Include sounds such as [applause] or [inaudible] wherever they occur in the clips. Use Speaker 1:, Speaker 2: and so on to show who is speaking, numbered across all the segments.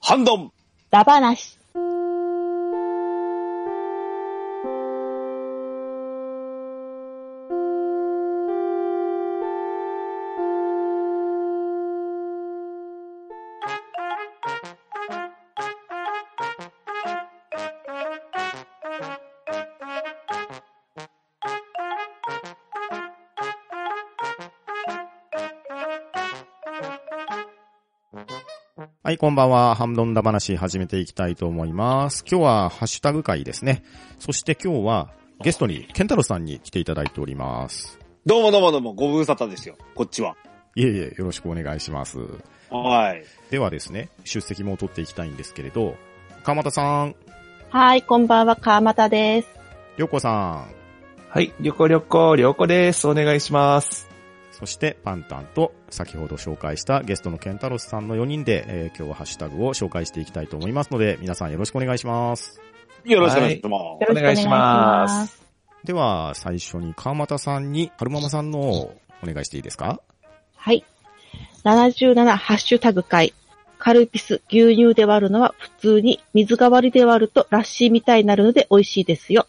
Speaker 1: 判断
Speaker 2: ダバナシ。
Speaker 3: はい、こんばんは。ハンドンダ話始めていきたいと思います。今日はハッシュタグ会ですね。そして今日はゲストにケンタロウさんに来ていただいております。
Speaker 1: どうもどうもどうも、ご無沙汰ですよ。こっちは。
Speaker 3: いえいえ、よろしくお願いします。
Speaker 1: はい。
Speaker 3: ではですね、出席も取っていきたいんですけれど、川又さん、
Speaker 2: はい、こんばんは、川又です。
Speaker 3: りょうこさん、
Speaker 4: はい、旅行旅行、旅行です。お願いします。
Speaker 3: そしてパンタンと先ほど紹介したゲストのケンタロウさんの4人で、えー今日はハッシュタグを紹介していきたいと思いますので、皆さんよろしくお願いします。
Speaker 1: よろしくお願いしま
Speaker 2: よろしくお願いしま。
Speaker 4: お願いします
Speaker 3: では、最初に川又さんに、春ママさんのをお願いしていいですか
Speaker 2: はい。77ハッシュタグ会。カルピス、牛乳で割るのは普通に、水代わりで割るとラッシーみたいになるので美味しいですよ。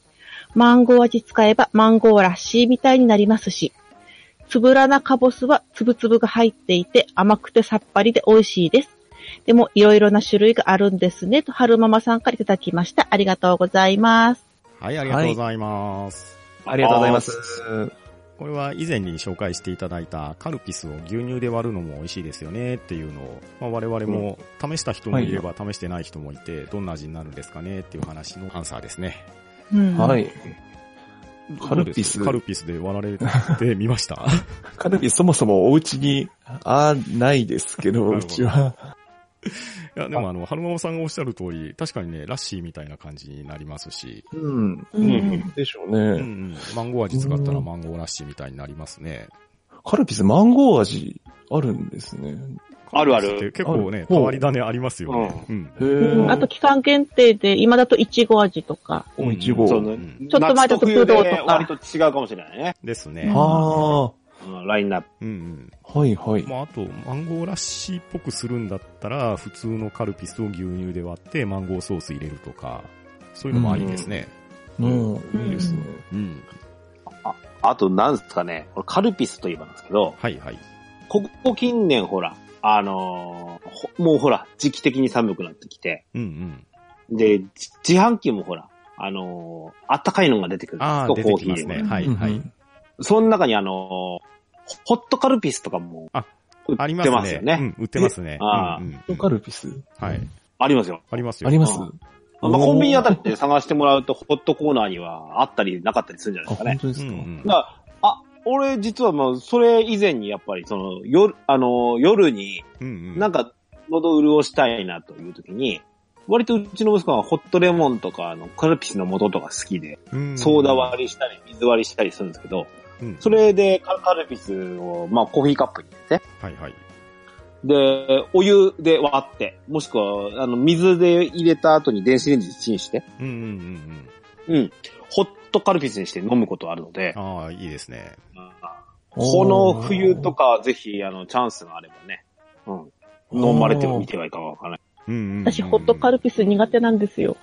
Speaker 2: マンゴー味使えばマンゴーラッシーみたいになりますし。つぶらなカボスはつぶつぶが入っていて甘くてさっぱりで美味しいです。でもいろいろな種類があるんですね。と、春ママさんからいただきました。ありがとうございます。
Speaker 3: はい、ありがとうございます。
Speaker 4: ありがとうございます。
Speaker 3: これは以前に紹介していただいたカルピスを牛乳で割るのも美味しいですよねっていうのを、まあ、我々も試した人もいれば試してない人もいて、どんな味になるんですかねっていう話のアンサーですね。
Speaker 2: うん
Speaker 4: はい。カ
Speaker 3: どう
Speaker 4: ル
Speaker 3: で
Speaker 4: ピ
Speaker 3: す
Speaker 4: ス
Speaker 3: カルピスで割られてみました [laughs]
Speaker 4: カルピスそもそもお家に、あないですけど、
Speaker 3: なるほ
Speaker 4: う
Speaker 3: ど
Speaker 4: ちは。
Speaker 3: いや、でもあの、春ママさんがおっしゃる通り、確かにね、ラッシーみたいな感じになりますし、
Speaker 4: うん。
Speaker 2: うん
Speaker 1: うん
Speaker 4: でしょ
Speaker 3: う
Speaker 4: う
Speaker 3: んう
Speaker 4: ね。
Speaker 3: ん、マンゴー味使ったらマンゴーラッシーみたいになりますね。
Speaker 4: カルピスマンゴー味あるんですね。
Speaker 1: あるあ
Speaker 3: カルピスっ
Speaker 1: る。
Speaker 3: て結構ね、
Speaker 4: あ
Speaker 3: 変わり種ありますよね。うん。
Speaker 4: へ
Speaker 2: うん
Speaker 4: ー
Speaker 2: あと、期間限定で、今だといちご味とか。
Speaker 4: おいち
Speaker 1: そ
Speaker 4: ご。
Speaker 1: うね
Speaker 3: うん
Speaker 2: ちょっと前だと
Speaker 1: 夏冬で
Speaker 2: ブドウとか
Speaker 1: 割と違うかもしれないね。
Speaker 3: ですね。
Speaker 4: あ
Speaker 1: うんラインナップ。
Speaker 3: うんうん。
Speaker 4: あ、はいはい。
Speaker 3: まあ、あと、マンゴーらしいっぽくするんだったら、普通のカルピスを牛乳で割って、マンゴーソース入れるとか、そういうのもありですね。
Speaker 4: うん、いいですね。
Speaker 3: うん。
Speaker 1: あと、なんすかね、これカルピスといえばなんですけど、
Speaker 3: はいはい。
Speaker 1: ここ近年ほら、あのーほもうほら、時期的に寒くなってきて、
Speaker 3: うんうん。
Speaker 1: で、じ自販機もほら、あのーあったかいのが出てくるんです
Speaker 3: あ
Speaker 1: よ
Speaker 3: あ、出て
Speaker 1: コー
Speaker 3: き
Speaker 1: ヒー
Speaker 3: ます
Speaker 1: でも
Speaker 3: ね。はい
Speaker 4: うん
Speaker 3: はい。。
Speaker 1: その中にあのーホットカルピスとかも
Speaker 3: あ、
Speaker 1: 売
Speaker 3: あり
Speaker 1: っ
Speaker 3: ま
Speaker 1: て
Speaker 3: す
Speaker 1: ます
Speaker 3: ね
Speaker 1: よ。ね。あ
Speaker 3: うん、売ってますね。
Speaker 1: あー
Speaker 3: うんうん
Speaker 4: ホットカルピス
Speaker 3: はい。
Speaker 1: りますよ。
Speaker 3: ありますよ。
Speaker 4: あります
Speaker 1: うんまあ、コンビニあたりで探してもらうと、ホットコーナーにはあったりなかったりするんじゃない
Speaker 4: あ、
Speaker 1: ですか
Speaker 4: 本
Speaker 1: ね。
Speaker 4: 当で
Speaker 3: う
Speaker 4: す
Speaker 3: ん
Speaker 4: か。
Speaker 3: うん
Speaker 1: だからあ、俺実はもう、それ以前にやっぱり、その、夜、あの、夜に、
Speaker 3: うんうん。
Speaker 1: なんか、喉潤したいなという時に、割とうちの息子はホットレモンとか、あの、カルピスの素とか好きで、
Speaker 3: うん
Speaker 1: ソーダ割りしたり、水割りしたりするんですけど、
Speaker 3: うん
Speaker 1: それでカカルピスを、まあ、コーヒーカップに入れて、
Speaker 3: はいはい。
Speaker 1: で、お湯で割って、もしくは、あの、水で入れた後に電子レンジでチンして、
Speaker 3: うんうんうんうん。
Speaker 1: うん。ホットカルピスにして飲むことあるので、
Speaker 3: ああ、いいですね。
Speaker 1: この冬とかぜひ、あの、チャンスがあればね、うん。飲まれてみてはいかがわからない。
Speaker 3: うんうんうんうん。
Speaker 2: 私、ホットカルピス苦手なんですよ。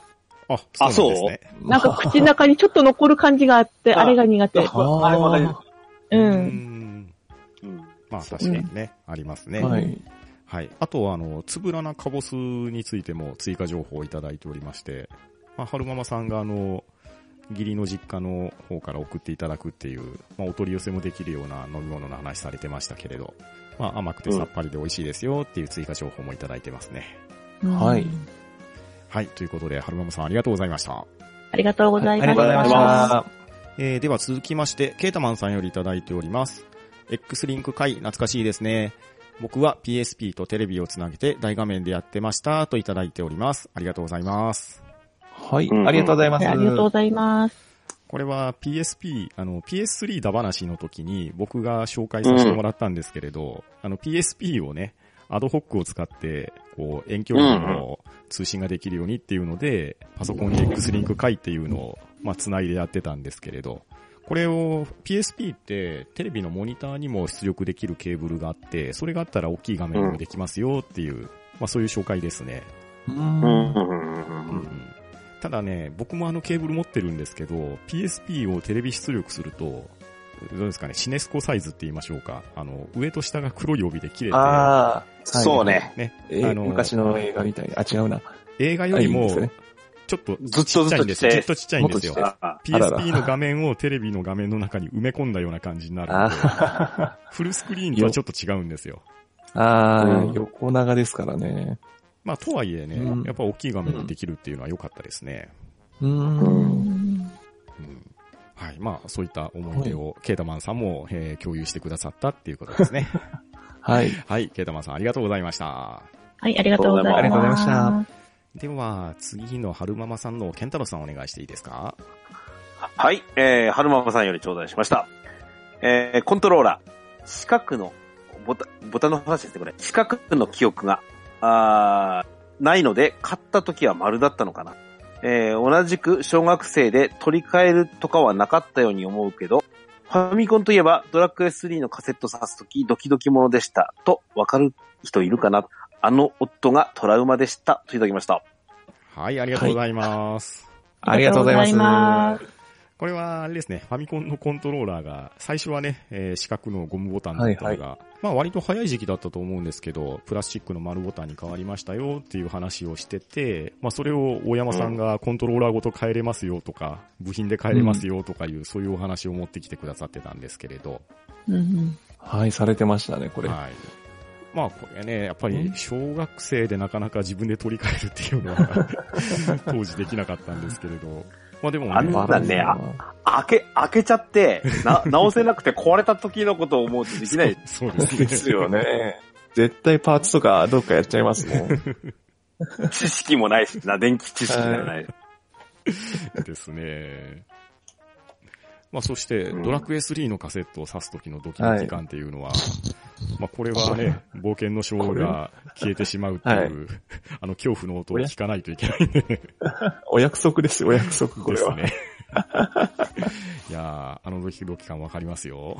Speaker 3: あ、そうなんですね。
Speaker 2: なんか、口の中にちょっと残る感じがあって、
Speaker 1: あ
Speaker 2: あれが苦手。
Speaker 1: ああれも大丈
Speaker 2: う。
Speaker 3: うんん。
Speaker 1: うん。
Speaker 3: まあ、確かにね、ありますね。
Speaker 4: はい。
Speaker 3: はい。あとは、あの、つぶらなカボスについても追加情報をいただいておりまして、まあ、春ママさんが、あの、義理の実家の方から送っていただくっていう、まあ、お取り寄せもできるような飲み物の話されてましたけれど、まあ、甘くてさっぱりで美味しいですよっていう追加情報もいただいてますね。
Speaker 4: はい
Speaker 3: はい。ということで、春ママさんありがとうございました。
Speaker 2: ありがとうございます。
Speaker 4: ありがとうございました。
Speaker 3: えーでは続きまして、ケータマンさんよりいただいております。X リンク会、懐かしいですね。僕は PSP とテレビをつなげて大画面でやってましたといただいております。ありがとうございます。
Speaker 4: はい
Speaker 1: うんう、ん
Speaker 4: ありがとうございま
Speaker 2: は
Speaker 4: す。
Speaker 2: いありがとうございます。
Speaker 3: これは PSP、あの PS3 だ話の時に僕が紹介させてもらったんですけれど、あの PSP をね、アドホックを使って、こう遠距離でも通信ができるようにっていうので、パソコンに X リンク会っていうのを、まあ、つないでやってたんですけれど、これを PSP ってテレビのモニターにも出力できるケーブルがあって、それがあったら大きい画面にもできますよっていう、まあそういう紹介ですね。
Speaker 1: うん。
Speaker 3: うんうんただね、僕もあのケーブル持ってるんですけど、PSP をテレビ出力すると、どうですかね、シネスコサイズって言いましょうか。あの、上と下が黒い帯で切れて、
Speaker 4: ああ、
Speaker 1: そうね。
Speaker 3: ね、
Speaker 4: えー昔の映画みたいな。あ、違うな。
Speaker 3: 映画より
Speaker 4: あいいん
Speaker 3: も
Speaker 4: ですね、
Speaker 3: ちょっと
Speaker 1: ずっ
Speaker 3: ち
Speaker 1: と
Speaker 3: っち
Speaker 1: ず
Speaker 3: ゃ
Speaker 1: っ
Speaker 3: い
Speaker 1: と
Speaker 3: んで
Speaker 1: 来
Speaker 3: すよ。ちょ
Speaker 1: て
Speaker 3: っ。とちっちゃいんですよ
Speaker 4: も。っ
Speaker 1: あ
Speaker 4: あらら
Speaker 3: PSP の画面をテレビの画面の中に埋め込んだような感じになるんで、
Speaker 4: あ
Speaker 3: フルスクリーンとはちょっと違うんですよ。
Speaker 4: ーあー、
Speaker 1: うん
Speaker 4: 横長ですからね。
Speaker 3: まあ、とはいえね、
Speaker 4: うん
Speaker 3: やっぱ大きい画面にできるっていうのは良かったですね。
Speaker 4: うーん。
Speaker 2: ん
Speaker 3: うんはい。まあ、そういった思い出を、ケータマンさんも、えー共有してくださったっていうことですね。
Speaker 4: はい。
Speaker 3: はい。ケータマンさん、ありがとうございました。
Speaker 2: はい、ありがとうございます。
Speaker 1: ありが
Speaker 4: とうございました
Speaker 3: では、次の春ママさんのケンタロウさんお願いしていいですか
Speaker 1: はい、えー、春ママさんより頂戴しました。えー、コントローラー、四角の、ボタン、ボタンの話ですね、これ。四角の記憶が、あーないので、買った時は丸だったのかな。えー、同じく小学生で取り替えるとかはなかったように思うけど、ファミコンといえばドラクエ3のカセット挿すときドキドキものでしたとわかる人いるかなあの夫がトラウマでしたといただきました。
Speaker 3: はい、ありがとうございます。
Speaker 4: ありがとうございます。
Speaker 2: ます。
Speaker 3: これは、あれですね、ファミコンのコントローラーが、最初はね、えー四角のゴムボタンだったのが、まあ割と早い時期だったと思うんですけど、プラスチックの丸ボタンに変わりましたよっていう話をしてて、まあそれを大山さんがコントローラーごと変えれますよとか、部品で変えれますよとかいう、そういうお話を持ってきてくださってたんですけれど、
Speaker 2: うんうん
Speaker 4: はい、されてましたね、これ。
Speaker 3: はい。まあこれね、やっぱ
Speaker 4: う
Speaker 3: り
Speaker 4: ん
Speaker 3: 小学生でなかなか自分で取り替えるっていう
Speaker 1: [laughs]
Speaker 3: のは、当時できなかったんですけれど、まあでも、ね、
Speaker 1: あんなだね開け、開けちゃ
Speaker 3: [laughs]
Speaker 1: って、な、直せなくて壊れた時のことを思うとできない。
Speaker 3: そうで
Speaker 4: です
Speaker 3: ね。
Speaker 4: すよね。 [laughs] 絶対パーツとかどっかやっちゃいますもん。 [laughs]
Speaker 1: 知識もないしな、電気知識もない。
Speaker 3: ですね。まあそして、
Speaker 1: うん
Speaker 3: ドラクエ3のカセットを挿す時のドキドキ感っていうのは、まあこれはね、冒険の章が消えてしまうっていう、あの恐怖の音を聞かないといけないんで
Speaker 4: お約束ですよ、お約束、こ
Speaker 3: で
Speaker 4: れ
Speaker 3: す
Speaker 4: は。
Speaker 3: ね。 [laughs] いやー、あのドキドキ感わかりますよ。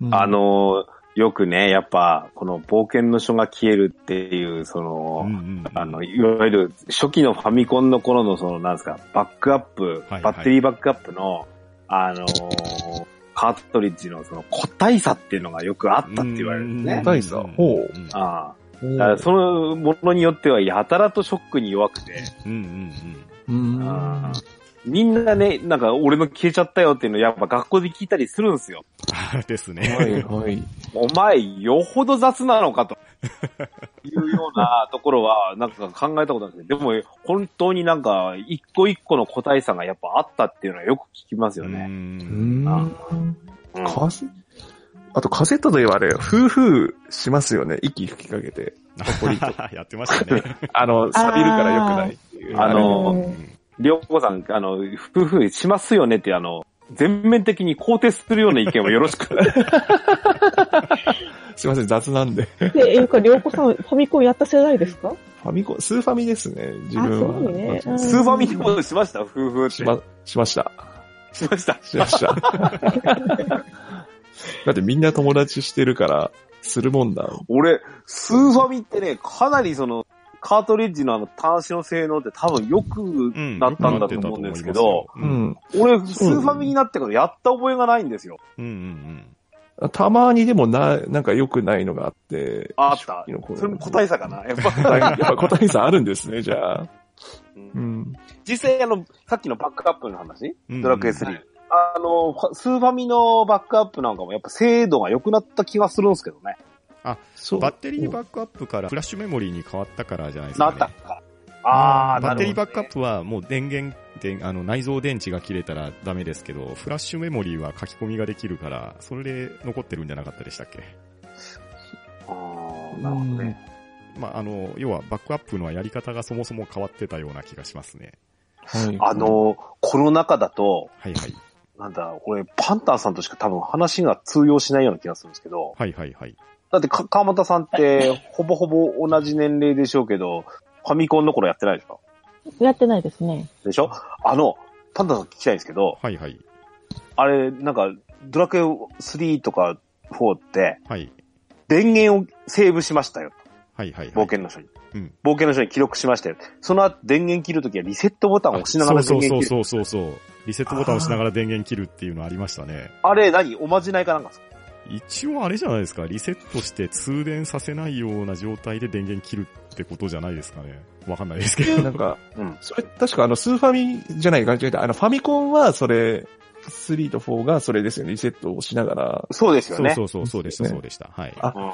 Speaker 4: うん
Speaker 1: あ、のー、よくね、やっぱ、この冒険の書が消えるっていう、その、
Speaker 3: うんうん
Speaker 1: あの、いわゆる初期のファミコンの頃のその、なんですか、バックアップ、
Speaker 3: はい
Speaker 1: バッテリーバックアップの、あのーカートリッジのその個体差っていうのがよくあったって言われるんです
Speaker 3: うん
Speaker 1: ね。
Speaker 4: 個体差ほう
Speaker 3: うん
Speaker 1: あ
Speaker 4: うん
Speaker 1: あだからそのものによってはやたらとショックに弱くて、
Speaker 3: うんうん
Speaker 4: うん
Speaker 1: あーみんなね、なんか俺の消えちゃったよっていうのやっぱ学校で聞いたりするんですよ。
Speaker 3: うん。ですね。
Speaker 4: はい、はい。
Speaker 1: お前、よほど雑なのかと。いうようなところは、なんか考えたことなくて、でも本当になんか、一個一個の個体差がやっぱあったっていうのはよく聞きますよ
Speaker 3: う
Speaker 1: ね。
Speaker 4: うんん
Speaker 1: あうん
Speaker 4: カセあとカセットといえばあれ、フーフーしますよね。息吹きかけて。 [laughs]
Speaker 3: やってましたね。
Speaker 4: あの、錆びるから良くないっていう。
Speaker 1: あの
Speaker 3: う
Speaker 1: ー
Speaker 3: ん
Speaker 1: りょうこさん、あの、夫婦しますよねって、あの、全面的に肯定するような意見をよろしく。
Speaker 4: すいません、雑なんで。フ
Speaker 2: で、え、ゆか、りょうこさん、ファミコンやった世代ですか
Speaker 4: ァミコン、スーファミですね、自分
Speaker 2: あそうね
Speaker 4: は。
Speaker 2: うん
Speaker 1: スーファミでもしました夫婦って。
Speaker 4: しま、しました。
Speaker 1: しました。
Speaker 4: しました。だってみんな友達してるから、するもんだ。
Speaker 1: 俺、スーファミってね、かなりその、カートリッジのあの端子の性能って多分よくなったんだと思うんですけど、
Speaker 3: う。
Speaker 4: うんん。
Speaker 1: 俺、スーファミになってからやった覚えがないんですよ。
Speaker 3: うんうん
Speaker 4: たまにでもな、なんか良くないのがあって。
Speaker 1: あった
Speaker 4: 初期の。頃
Speaker 1: それも個体差かな。やっ
Speaker 3: [laughs]
Speaker 1: ぱ、
Speaker 4: はいやっぱ個体差あるんですね、じゃあ。うん。
Speaker 1: 実際あの、さっきのバックアップの話、
Speaker 3: うん。
Speaker 1: ドラクエ3。あの、スーファミのバックアップなんかもやっぱ精度が良くなった気がするんですけどね。
Speaker 4: そう。
Speaker 3: バッテリーバックアップからフラッシュメモリーに変わったからじゃないですか、
Speaker 1: な
Speaker 3: ね。
Speaker 1: ったか。ああ、
Speaker 3: バッテリー
Speaker 1: な
Speaker 3: バ
Speaker 1: る
Speaker 3: ッ
Speaker 1: ほ
Speaker 3: ク
Speaker 1: ど
Speaker 3: ア
Speaker 1: ね
Speaker 3: ップはもう電源で、あの内蔵電池が切れたらダメですけど、フラッシュメモリーは書き込みができるから、それで残ってるんじゃなかったでしたっけ
Speaker 1: あーなるほどね。
Speaker 3: まあ、あの、要はバックアップのやり方がそもそも変わってたような気がしますね。
Speaker 4: はい
Speaker 1: あ、の、コロナ禍だと、
Speaker 3: はいはい。
Speaker 1: なんだ、俺、パンターさんとしか多分話が通用しないような気がするんですけど、
Speaker 3: はいはいはい。
Speaker 1: だってか、川本さんって、ほぼほぼ同じ年齢でしょうけど、ファミコンの頃やってないでしょ
Speaker 2: [laughs] やってないですね。
Speaker 1: でしょあの、パンダさん聞きたいんですけど、
Speaker 3: はいはい。
Speaker 1: あれ、なんか、ドラクエ3とか4って、
Speaker 3: はい。
Speaker 1: 電源をセーブしましたよ。
Speaker 3: はいはいはい。
Speaker 1: 冒険の書に。
Speaker 3: うん
Speaker 1: 冒険の書に記録しましたよ。その後、電源切るときはリセットボタンを押しながら電
Speaker 3: そうそ
Speaker 1: 源
Speaker 3: う
Speaker 1: 切る。
Speaker 3: そうそうそうそう。リセットボタンを押しながら電源切るっていうのありましたね。
Speaker 1: あれ何、おまじないかなんかですか
Speaker 3: 一応あれじゃないですか、リセットして通電させないような状態で電源切るってことじゃないですかね。わかんないですけど。
Speaker 4: なんか、
Speaker 1: うん。
Speaker 4: それ、確かあの、スーファミじゃない、間違えた。あの、ファミコンはそれ、3と4がそれですよね。リセットをしながら。
Speaker 1: そうですよ
Speaker 3: そう
Speaker 1: ね。
Speaker 3: そうそう、そうでした、
Speaker 4: ね
Speaker 3: そうでした。はい。
Speaker 4: あ
Speaker 1: うん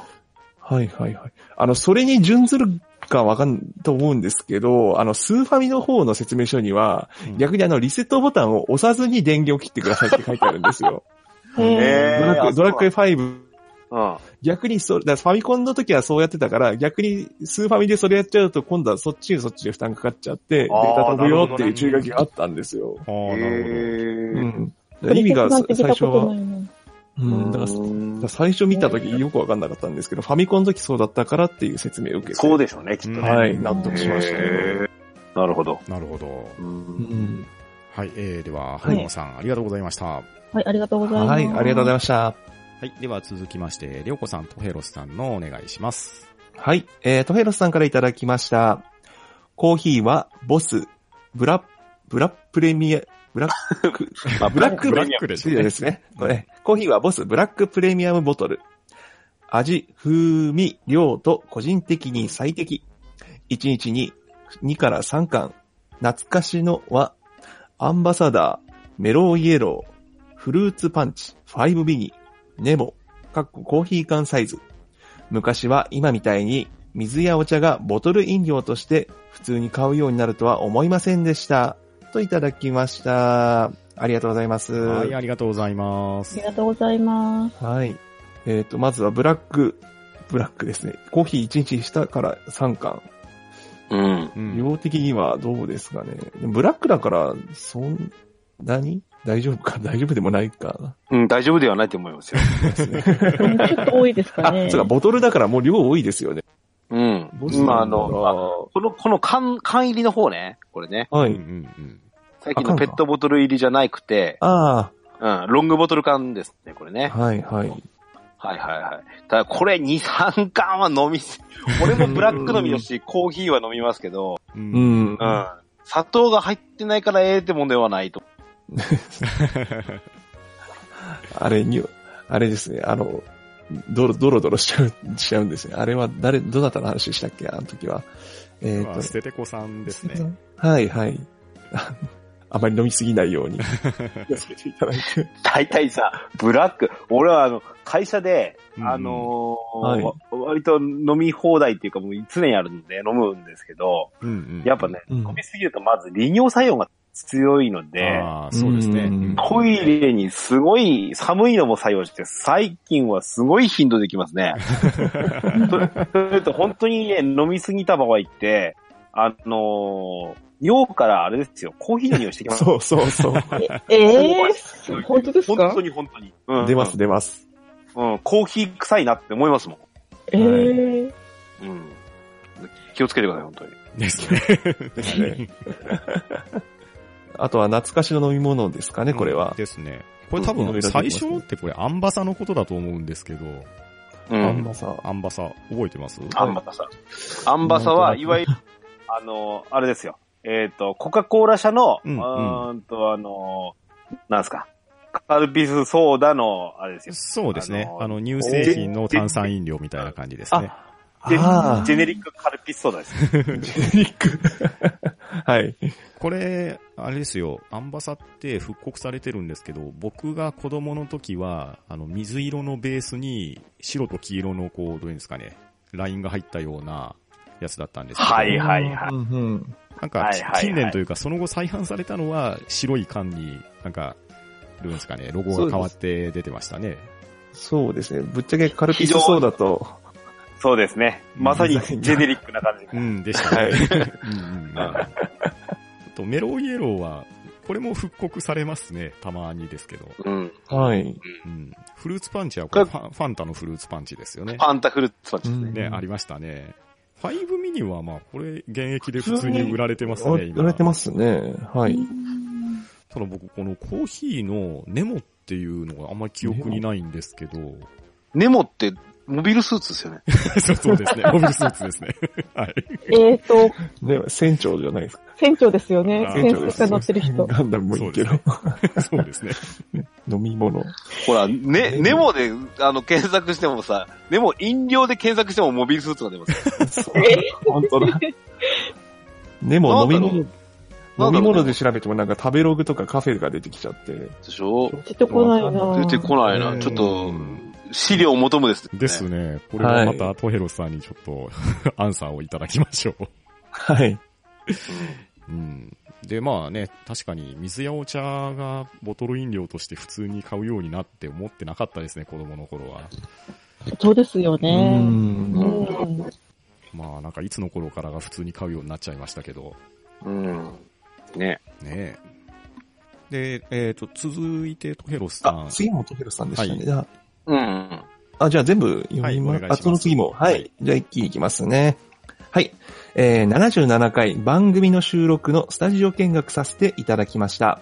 Speaker 4: はいはいはい。あの、それに準ずるかわかん、と思うんですけど、あの、スーファミの方の説明書には、
Speaker 3: うん
Speaker 4: 逆にあの、リセットボタンを押さずに電源を切ってくださいって書いてあるんですよ。 [laughs]
Speaker 1: へー
Speaker 4: ドラクエ、ドラクエ5。
Speaker 1: うん。
Speaker 4: 逆にそう、だからファミコンの時はそうやってたから、逆にスーファミでそれやっちゃうと、今度はそっちにそっちで負担かかっちゃって、デ
Speaker 1: あー
Speaker 4: ータ飛ぶよって
Speaker 1: なるほど
Speaker 4: い
Speaker 1: ね
Speaker 4: う注意書きがあったんですよ。
Speaker 3: ああ、なる
Speaker 4: う
Speaker 1: へー
Speaker 4: ん。だから意味が
Speaker 2: なん
Speaker 4: 最
Speaker 2: て見た
Speaker 4: 初
Speaker 2: ことな
Speaker 4: は、
Speaker 2: いな
Speaker 4: うん、だからだから最初見た時よくわかんなかったんですけど、ファミコンの時そうだったからっていう説明を受けて。
Speaker 1: そうでしょうね、きっとね。
Speaker 4: はい、納得しましたね。
Speaker 1: へーなるほど。
Speaker 3: ほど。なるほど。
Speaker 4: うん
Speaker 3: はい、えー、では、春馬さん、ありがとうございました。は
Speaker 2: はい、ありがとうございます。
Speaker 4: はい、ありがとうございました。
Speaker 3: い、では続きまして、りょうこさんとヘロスさんのお願いします。
Speaker 4: はい、えー、トヘロスさんからいただきました。コーヒーは、ボス、ブラ、ブラプレミア、ブラック、
Speaker 1: まあ
Speaker 4: ブラック
Speaker 3: ブラックです
Speaker 4: 失礼ですね。これ、コーヒーはボスブラックプレミアムボトル。味、風味、量と個人的に最適。1日に2から3缶。懐かしのは、アンバサダー、メローイエロー、フルーツパンチ、ファイブミニ、ネモ、かっこコーヒー缶サイズ。昔は今みたいに水やお茶がボトル飲料として普通に買うようになるとは思いませんでした。といただきました。ありがとうございます。
Speaker 3: はい、ありがとうございま
Speaker 2: あ
Speaker 3: す
Speaker 2: り。がとうございます。
Speaker 4: はい。えっ、と、まずはブラック、ブラックですね。コーヒー1日下から3缶。
Speaker 1: うん。
Speaker 3: うん、
Speaker 4: 量的にはどうですかね。ブラックだから、そんなに大丈夫か [laughs] 大丈夫でもないか
Speaker 1: うん、大丈夫ではないと思いますよ。
Speaker 2: うんちょっと多いですか
Speaker 4: な。
Speaker 2: ね。
Speaker 4: あ、そうか、ボトルだからもう量多いですよね。
Speaker 1: うん。まあ、あの、あ
Speaker 4: の、
Speaker 1: この、この缶、缶入りの方ね、これね。
Speaker 4: は
Speaker 3: うん、う
Speaker 4: い。
Speaker 3: ん、
Speaker 1: 最近のペットボトル入りじゃなくて、
Speaker 4: あ
Speaker 1: うん、ロングボトル缶ですね、これ
Speaker 4: あ、
Speaker 1: ね。
Speaker 4: はい、はい。
Speaker 1: はいはいはい。ただこれ2、3缶は飲みす、俺もブラック飲みだし、コーヒーは飲みますけど、
Speaker 3: う。
Speaker 4: うんん。
Speaker 1: うん。砂糖が入ってないからええってもんではないと。
Speaker 4: あれに、あれですね、あの、ドロ、ドロドロしちゃう、しちゃうんですね。あれは誰、どなたの話でしたっけあの時は。えっ、
Speaker 3: ま
Speaker 4: と
Speaker 3: あ、、捨ててこさんですね。
Speaker 4: はいはい。 [laughs] ああまり飲みすぎないように。気をつけていただいて。
Speaker 1: 大体さ、ブラック、俺はあの、会社で、
Speaker 3: うん
Speaker 1: あのー
Speaker 4: はい
Speaker 1: わ割と飲み放題っていうかもう常にあるんで飲むんですけど、
Speaker 3: うん、うん。
Speaker 1: やっぱね、
Speaker 4: うん
Speaker 1: 飲みすぎるとまず利尿作用が強いので、
Speaker 3: ああ、そうですね。
Speaker 4: うん
Speaker 3: うん
Speaker 1: トイレにすごい寒いのも作用して、最近はすごい頻度できます
Speaker 3: [laughs]
Speaker 1: ね。それそれと本当にね、飲みすぎた場合って、あのー尿からあれですよ、コーヒーの匂いしてきます。
Speaker 4: そうそうそう。
Speaker 2: ええー、本当です
Speaker 1: 本
Speaker 2: か
Speaker 1: 当に本当に。うん
Speaker 4: 出ます。出ます。
Speaker 1: うん、コーヒー臭いなって思いますも
Speaker 2: ええー、
Speaker 1: ん。うん。気をつけてください、本当に。
Speaker 3: ですね。
Speaker 4: ですね。あとは懐かしの飲み物ですかね、これは。
Speaker 3: ですね。これ多分、最初ってこれ、アンバサのことだと思うんですけど、
Speaker 1: う
Speaker 4: あん
Speaker 1: ん。
Speaker 4: まさ、
Speaker 3: アンバサ、覚えてます
Speaker 1: アンバサ。アンバサは、いわゆる、あのーあれですよ。えっ、と、コカ・コーラ社の、
Speaker 3: う
Speaker 1: うん
Speaker 3: うん
Speaker 1: ーんと、あのーなんですか。カルピスソーダの、あれですよ。
Speaker 3: そうですね
Speaker 1: あ。の
Speaker 3: あの、乳製品の炭酸飲料みたいな感じですね。
Speaker 1: ジ
Speaker 4: あ
Speaker 1: ェ
Speaker 4: あ
Speaker 1: ジェネリックカルピスソーダです。
Speaker 4: ジェネリック。はい。
Speaker 3: これ、あれですよ、アンバサって復刻されてるんですけど、僕が子供の時は、あの、水色のベースに、白と黄色の、こう、どういうんですかね、ラインが入ったようなやつだったんですけど、
Speaker 1: はいはいはい
Speaker 4: うんうん
Speaker 3: なんか、
Speaker 1: はいはいはい
Speaker 3: 近年というか、その後再販されたのは、白い缶に、なんか、どういうんですかね、ロゴが変わって出てましたね。
Speaker 4: そうですね。ぶっちゃけカルピスソーダと、
Speaker 1: そうですね。まさにジェネリックな感じ。
Speaker 3: うん、でした
Speaker 4: は
Speaker 3: ね
Speaker 4: い。。
Speaker 3: [laughs] うんうんあと、メローイエローは、これも復刻されますね、たまにですけど。
Speaker 1: うん。フ
Speaker 4: はい。
Speaker 3: うん、フルーツパンチはこれファン、ファンタのフルーツパンチですよね。
Speaker 1: ァンタフルーツパンチですね。
Speaker 3: ね、ありましたね。ファイブミニはまあ、これ、現役で普通に売られてますね、今。
Speaker 4: 売られてますね。はい。
Speaker 3: ただ僕、このコーヒーのネモっていうのがあんまり記憶にないんですけど、
Speaker 1: ネモってモビルスーツですよね。
Speaker 3: そう [laughs] そうですね。モビルスーツ
Speaker 4: [laughs]
Speaker 3: ですね。はい。
Speaker 2: えっ、と、
Speaker 4: で、船長じゃないですか。
Speaker 2: 船長ですよね。
Speaker 3: あ
Speaker 2: 船
Speaker 4: 船
Speaker 2: 長
Speaker 4: 長
Speaker 2: が
Speaker 4: です
Speaker 2: 乗ってる人。
Speaker 4: ガンダムもいいけど。
Speaker 3: そうですね。
Speaker 4: 飲み物。
Speaker 1: ほら、ね、ネモで、あの、検索してもさ、ネモ飲料で検索してもモビルスーツが出ます。
Speaker 4: 本
Speaker 1: [laughs]
Speaker 4: 当だ。でも飲み物、
Speaker 1: な
Speaker 4: 飲
Speaker 1: んろう
Speaker 4: み物で調べてもなんか食べログとかカフェが出てきちゃって。
Speaker 1: でしょ
Speaker 2: 出てこないな
Speaker 1: 出てこない
Speaker 4: う
Speaker 1: な。
Speaker 4: ん
Speaker 1: ちょっと、資料を求むです、ね。
Speaker 3: ですね。これはまたトヘロさんにちょっと [laughs] アンサーをいただきましょう。
Speaker 4: はい。
Speaker 3: うん。で、まあね、確かに水やお茶がボトル飲料として普通に買うようになって思ってなかったですね、子供の頃は。
Speaker 2: そうですよ
Speaker 4: う。
Speaker 2: ね。うんん。
Speaker 3: まあなんかいつの頃からが普通に買うようになっちゃいましたけど。
Speaker 1: うん。うん。ね。
Speaker 3: ねえ。で、えっ、と、続いてトヘロさん
Speaker 4: あ、。杉本博さんでしたね。
Speaker 3: はい
Speaker 4: じゃあ
Speaker 1: うん。
Speaker 4: あ、じゃあ全部読み
Speaker 3: は
Speaker 4: ま
Speaker 3: いお願いし
Speaker 4: す。
Speaker 3: ま
Speaker 4: あ、
Speaker 3: す
Speaker 4: その次も。は
Speaker 3: はい
Speaker 4: い。じゃあ一気に行きますね。はい。えー、77回番組の収録のスタジオ見学させていただきました。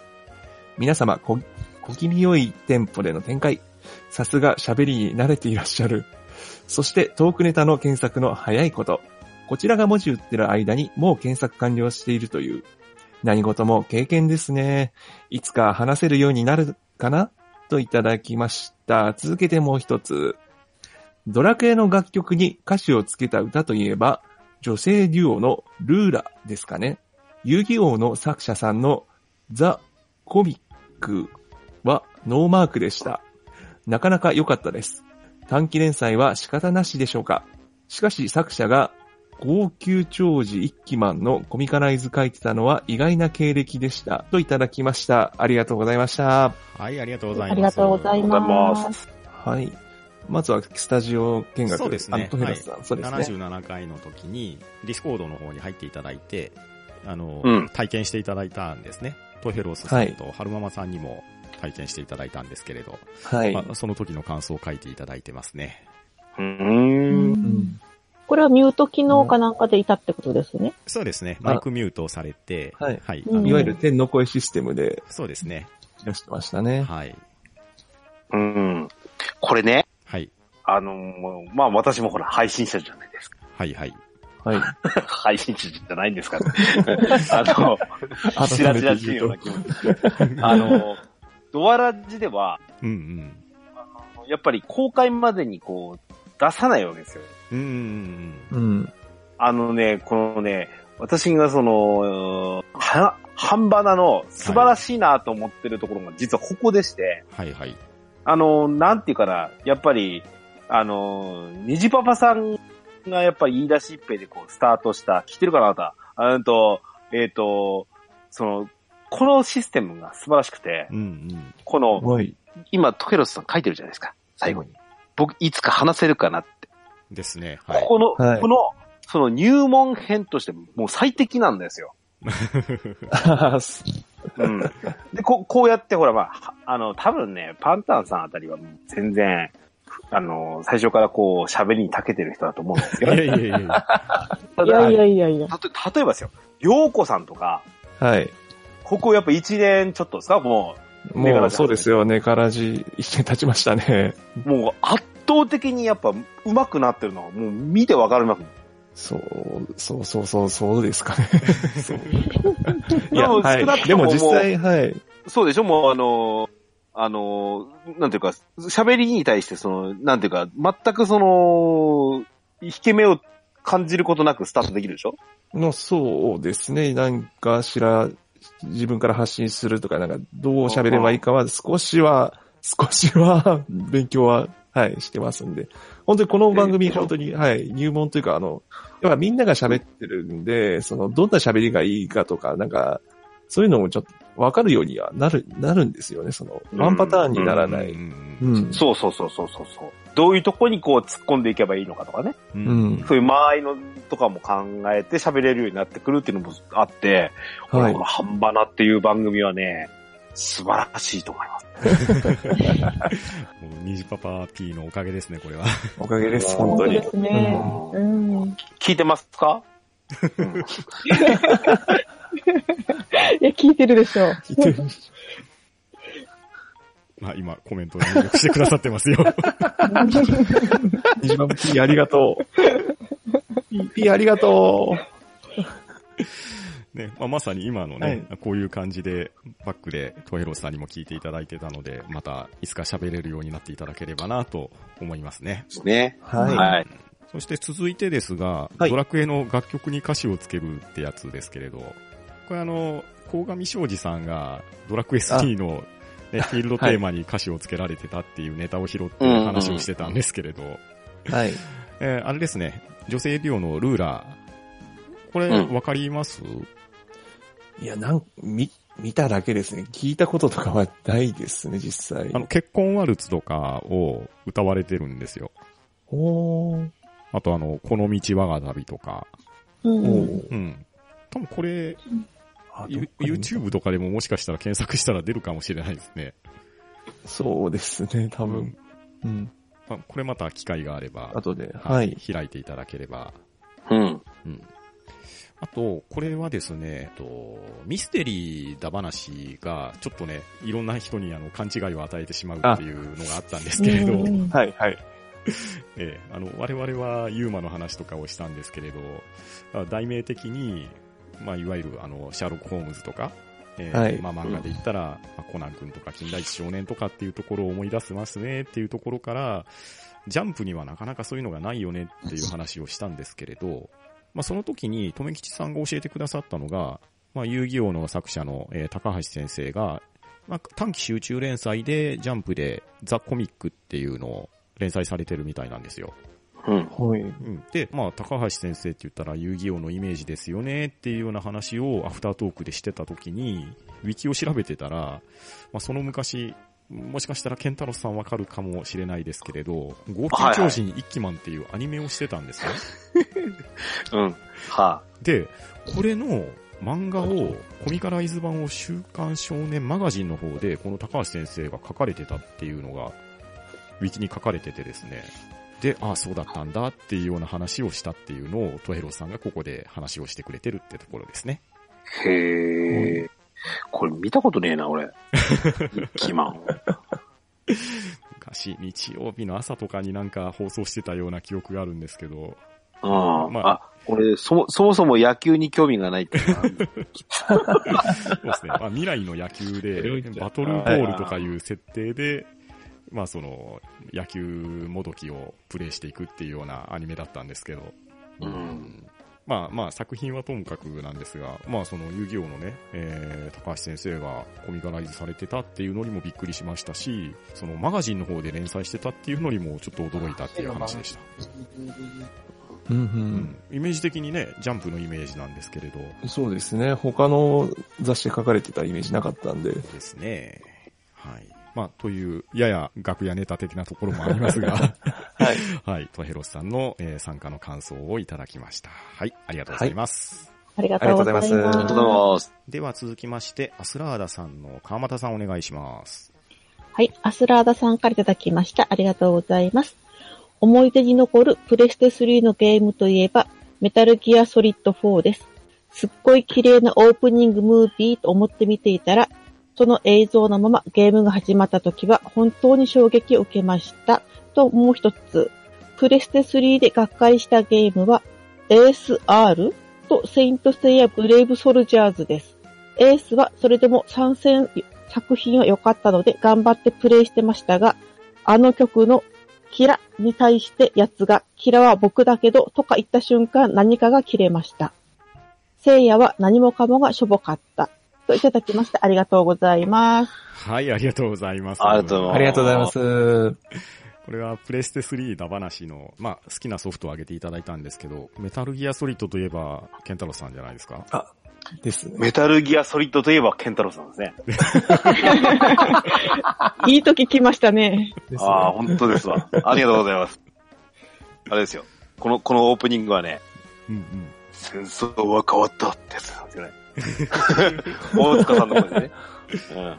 Speaker 4: 皆様、こ、小気味良いテンポでの展開。さすが喋りに慣れていらっしゃる。そして、トークネタの検索の早いこと。こちらが文字打ってる間にもう検索完了しているという。何事も経験ですね。いつか話せるようになるかなといただきました。続けてもう一つ。ドラクエの楽曲に歌詞をつけた歌といえば、女性デュオのルーラですかね。遊戯王の作者さんのザ・コミックはノーマークでした。なかなか良かったです。短期連載は仕方なしでしょうか。しかし作者が号泣長寿一騎マンのコミカライズ書いてたのは意外な経歴でした。といただきました。ありがとうございました。
Speaker 3: はい、ありがとうございます。
Speaker 2: ありがとうございます。
Speaker 4: はい。まずはスタジオ見学。
Speaker 3: そうですね
Speaker 4: アントヘラスさん、そうですね。
Speaker 3: 77回の時に、ディスコードの方に入っていただいて、あの、
Speaker 1: うん
Speaker 3: 体験していただいたんですね。トヘロスさんと春ママさんにも体験していただいたんですけれど、
Speaker 4: はい。
Speaker 3: まあ、その時の感想を書いていただいてますね。
Speaker 1: うん。
Speaker 4: うん
Speaker 2: これはミュート機能かなんかでいたってことですね。
Speaker 3: そうですね。マイクミュートをされて、
Speaker 4: はい
Speaker 3: はい。
Speaker 2: うん
Speaker 3: あの
Speaker 4: いわゆる天の声システムで
Speaker 3: そうですね。
Speaker 4: いらしてましたね。
Speaker 3: はい。
Speaker 1: うん。これね、
Speaker 3: はい。
Speaker 1: あのーまあ私もほら、配信者じゃないですか。 [laughs]
Speaker 3: はい、 [laughs] はい。
Speaker 4: はい。
Speaker 1: 配信者じゃないんですか。あの、しらじらしいような気持ち。あの、ドアラジでは、
Speaker 3: うんうん。
Speaker 1: やっぱり公開までにこう、出さないわけですよ。
Speaker 3: うんうんうん
Speaker 4: うん。
Speaker 1: あのね、このね、私がその、は、半ばなの素晴らしいなと思ってるところが実はここでして、
Speaker 3: はい、はい。
Speaker 1: あの、なんていうかな、やっぱり、あの、にじパパさんがやっぱり言い出し一平でこう、スタートした、聞いてるかな、あなた。あのと、えっ、と、その、このシステムが素晴らしくて、
Speaker 3: うんうん。
Speaker 1: こ
Speaker 4: す
Speaker 1: の、
Speaker 4: ごい。
Speaker 1: 今、トケロスさん書いてるじゃないですか、最後に。僕、いつか話せるかなって。
Speaker 3: ですね。はい。
Speaker 1: ここの、
Speaker 4: はい
Speaker 1: この、その入門編としてもう最適なんですよ。うん。で、こう、こうやってほら、まあは、あの、多分ね、パンタンさんあたりはもう全然、あの、最初からこう、喋りに長けてる人だと思うんですけ
Speaker 3: い
Speaker 1: ど
Speaker 3: や、いやいやいや。
Speaker 1: た
Speaker 2: いや
Speaker 1: だ例
Speaker 2: いやいやいや。
Speaker 1: え例えばですよ、りょうこさんとか、
Speaker 4: はい。
Speaker 1: ここやっぱ1年ちょっとですかも目
Speaker 4: も
Speaker 1: 柄
Speaker 4: う
Speaker 1: じゃ
Speaker 4: そうですよね。からじ一年経ちましたね。
Speaker 1: う、もう圧倒的にやっぱ上手くなってるのはもう見てわかるなく。
Speaker 4: そう、そうそうそう、そうで
Speaker 1: [laughs]
Speaker 4: すかね。い
Speaker 1: で
Speaker 4: や、
Speaker 1: も少な
Speaker 4: は
Speaker 1: く
Speaker 4: い。
Speaker 1: と
Speaker 4: で
Speaker 1: も
Speaker 4: も
Speaker 1: もう
Speaker 4: 実際、はい。
Speaker 1: そうでしょもうあの、あの、なんていうか、喋りに対してその、なんていうか、全くその、引け目を感じることなくスタートできるでしょ
Speaker 4: の、そうですね。なんかしら、自分から発信するとか、なんか、どう喋ればいいかは、少しは、少しは、勉強は、はい、してますんで。本当にこの番組、本当に、はい、入門というか、あの、やっぱみんなが喋ってるんで、その、どんな喋りがいいかとか、なんか、そういうのもちょっと、わかるようにはなる、なるんですよね。その、ワンパターンにならない。
Speaker 3: うんう
Speaker 4: うんん。
Speaker 1: そうそうそうそうそうそう。どういうとこにこう突っ込んでいけばいいのかとかね。
Speaker 3: う。
Speaker 4: うん
Speaker 3: うん
Speaker 4: ん。
Speaker 1: そういう間合いのとかも考えて喋れるようになってくるっていうのもあって、
Speaker 4: はい
Speaker 1: この。半端なっていう番組はね、素晴らしいと思います。
Speaker 3: もう、ニジパパ P のおかげですね、これは。 [laughs]
Speaker 4: おかげです、本当に
Speaker 2: で。すね。うん。
Speaker 1: 聞いてますか
Speaker 2: いや、聞いてるでしょう。
Speaker 3: まあ今コメントを入力してくださって [laughs] ますよ。
Speaker 4: [laughs] 一番 P ありがと [laughs] う。P ありがと
Speaker 3: ね、まあ、まさに今のね、
Speaker 4: はい
Speaker 3: こういう感じで、バックでトヘロスさんにも聞いていただいてたので、またいつか喋れるようになっていただければなと思いますね。
Speaker 1: すね。
Speaker 4: う。はい。
Speaker 1: はい。
Speaker 3: そして続いてですが、
Speaker 4: はい
Speaker 3: ドラクエの楽曲に歌詞をつけるってやつですけれど、これあの、鴻上庄司さんがドラクエ3の、ね、フィールドテーマに歌詞をつけられてたっていうネタを拾って話をしてたんですけれど、
Speaker 4: はい。
Speaker 3: えーあれですね、女性デュオのルーラー、これ
Speaker 1: うん
Speaker 3: わかります、
Speaker 4: いや、なん、見、見ただけですね。聞いたこととかはないですね、実際。
Speaker 3: あの、結婚ワルツとかを歌われてるんですよ。
Speaker 4: おー。
Speaker 3: あとあの、この道我が旅とか。
Speaker 4: お
Speaker 2: うん。
Speaker 4: ー
Speaker 3: うん。多分これ、
Speaker 4: あどっ
Speaker 3: ゆ
Speaker 4: かに
Speaker 3: YouTube とかでももしかしたら検索したら出るかもしれないですね。
Speaker 4: そうですね、多分。うん。
Speaker 3: まあこれまた機会があれば、
Speaker 4: 後で。はい。
Speaker 3: 開いていただければ。
Speaker 1: うん。
Speaker 3: うん。あと、これはですね、えっと、ミステリーだ話が、ちょっとね、いろんな人にあの、勘違いを与えてしまうっていうのがあったんですけれど、
Speaker 2: うん
Speaker 4: はい、はい。
Speaker 3: ええ、あの、我々はユーマの話とかをしたんですけれど、あ題名的に、まあ、いわゆる、あの、シャーロック・ホームズとか、ええ
Speaker 4: はい
Speaker 3: まあ、漫画で言ったら、まあコナン君とか、近代一少年とかっていうところを思い出せますねっていうところから、ジャンプにはなかなかそういうのがないよねっていう話をしたんですけれど、まあ、その時に、留吉さんが教えてくださったのが、まあ、遊戯王の作者の、えー高橋先生が、まあ、短期集中連載で、ジャンプで、ザ・コミックっていうのを連載されてるみたいなんですよ。
Speaker 1: うん。
Speaker 4: はい。
Speaker 3: うん、で、まあ、高橋先生って言ったら遊戯王のイメージですよねっていうような話をアフタートークでしてた時に、ウィキを調べてたら、まあ、その昔、もしかしたらケンタロスさんわかるかもしれないですけれど、号泣超人一騎マンっていうアニメをしてたんですよ。
Speaker 1: うん。は
Speaker 3: で、これの漫画を、コミカライズ版を週刊少年マガジンの方で、この高橋先生が書かれてたっていうのが、ウィキに書かれててですね。で、ああ、そうだったんだっていうような話をしたっていうのを、トヘロさんがここで話をしてくれてるってところですね。
Speaker 1: あ。へえ。これ見たことねえな、 [laughs] 俺。キマン。
Speaker 3: 昔、日曜日の朝とかになんか放送してたような記憶があるんですけど、
Speaker 1: うん。
Speaker 3: まあ
Speaker 1: あ、俺、そも、そもそも野球に興味がないっていうのは
Speaker 3: そうですね。まあ、未来の野球
Speaker 4: それを言っ
Speaker 3: で
Speaker 4: ち、ゃう
Speaker 3: バトルボールとかいう設定で、まあその、野球もどきをプレイしていくっていうようなアニメだったんですけど、
Speaker 1: うん。
Speaker 3: まあまあ作品はともかくなんですが、まあその遊戯王のね、えー、高橋先生がコミカライズされてたっていうのにもびっくりしましたし、そのマガジンの方で連載してたっていうのにもちょっと驚いたっていう話でした。
Speaker 4: うん、う
Speaker 3: うんん。イメージ的にね、ジャンプのイメージなんですけれど、
Speaker 4: そうですね。他の雑誌で書かれてたイメージなかったんで。
Speaker 3: ですね。はい。まあ、という、やや楽屋ネタ的なところもあります [laughs] が、
Speaker 4: はい。
Speaker 3: はい。トヘロスさんの、えー参加の感想をいただきました。はい。ありがとうございます。
Speaker 2: ありがとうございま
Speaker 4: ありがとうござい
Speaker 1: あ
Speaker 4: ます
Speaker 1: りがとうございます。
Speaker 3: では続きまして、アスラーダさんの川又さんお願いします。
Speaker 2: はい。アスラーダさんからいただきました。ありがとうございます。思い出に残るプレステ3のゲームといえば、メタルギアソリッド4です。すっごい綺麗なオープニングムービーと思って見ていたら、その映像のままゲームが始まった時は本当に衝撃を受けました。ともう一つ、プレステ3で学会したゲームは、エース R とセイントセイヤブレイブソルジャーズです。エースはそれでも参戦作品は良かったので頑張ってプレイしてましたが、あの曲のキラに対してやつが、キラは僕だけどとか言った瞬間何かが切れました。聖夜は何もかもがしょぼかった。といただきましてありがとうございます。 [laughs]
Speaker 3: はい、ありがとうございます。
Speaker 1: ありがとうござ
Speaker 4: ありがとうございます。
Speaker 3: これはプレステ3だ話の、まあ、好きなソフトを挙げていただいたんですけど、メタルギアソリッドといえば、ケンタロスさんじゃないですか。
Speaker 4: ですね。
Speaker 1: メタルギアソリッドといえば、ケンタロウさんですね。
Speaker 2: いい時来ましたね。
Speaker 4: ですね
Speaker 1: ああ、本当ですわ。ありがとうございます。あれですよ。この、このオープニングはね、
Speaker 3: うんうん。
Speaker 1: 戦争は変わったってやつなんです
Speaker 4: [laughs]
Speaker 1: よね。大塚さんの声でね。うん。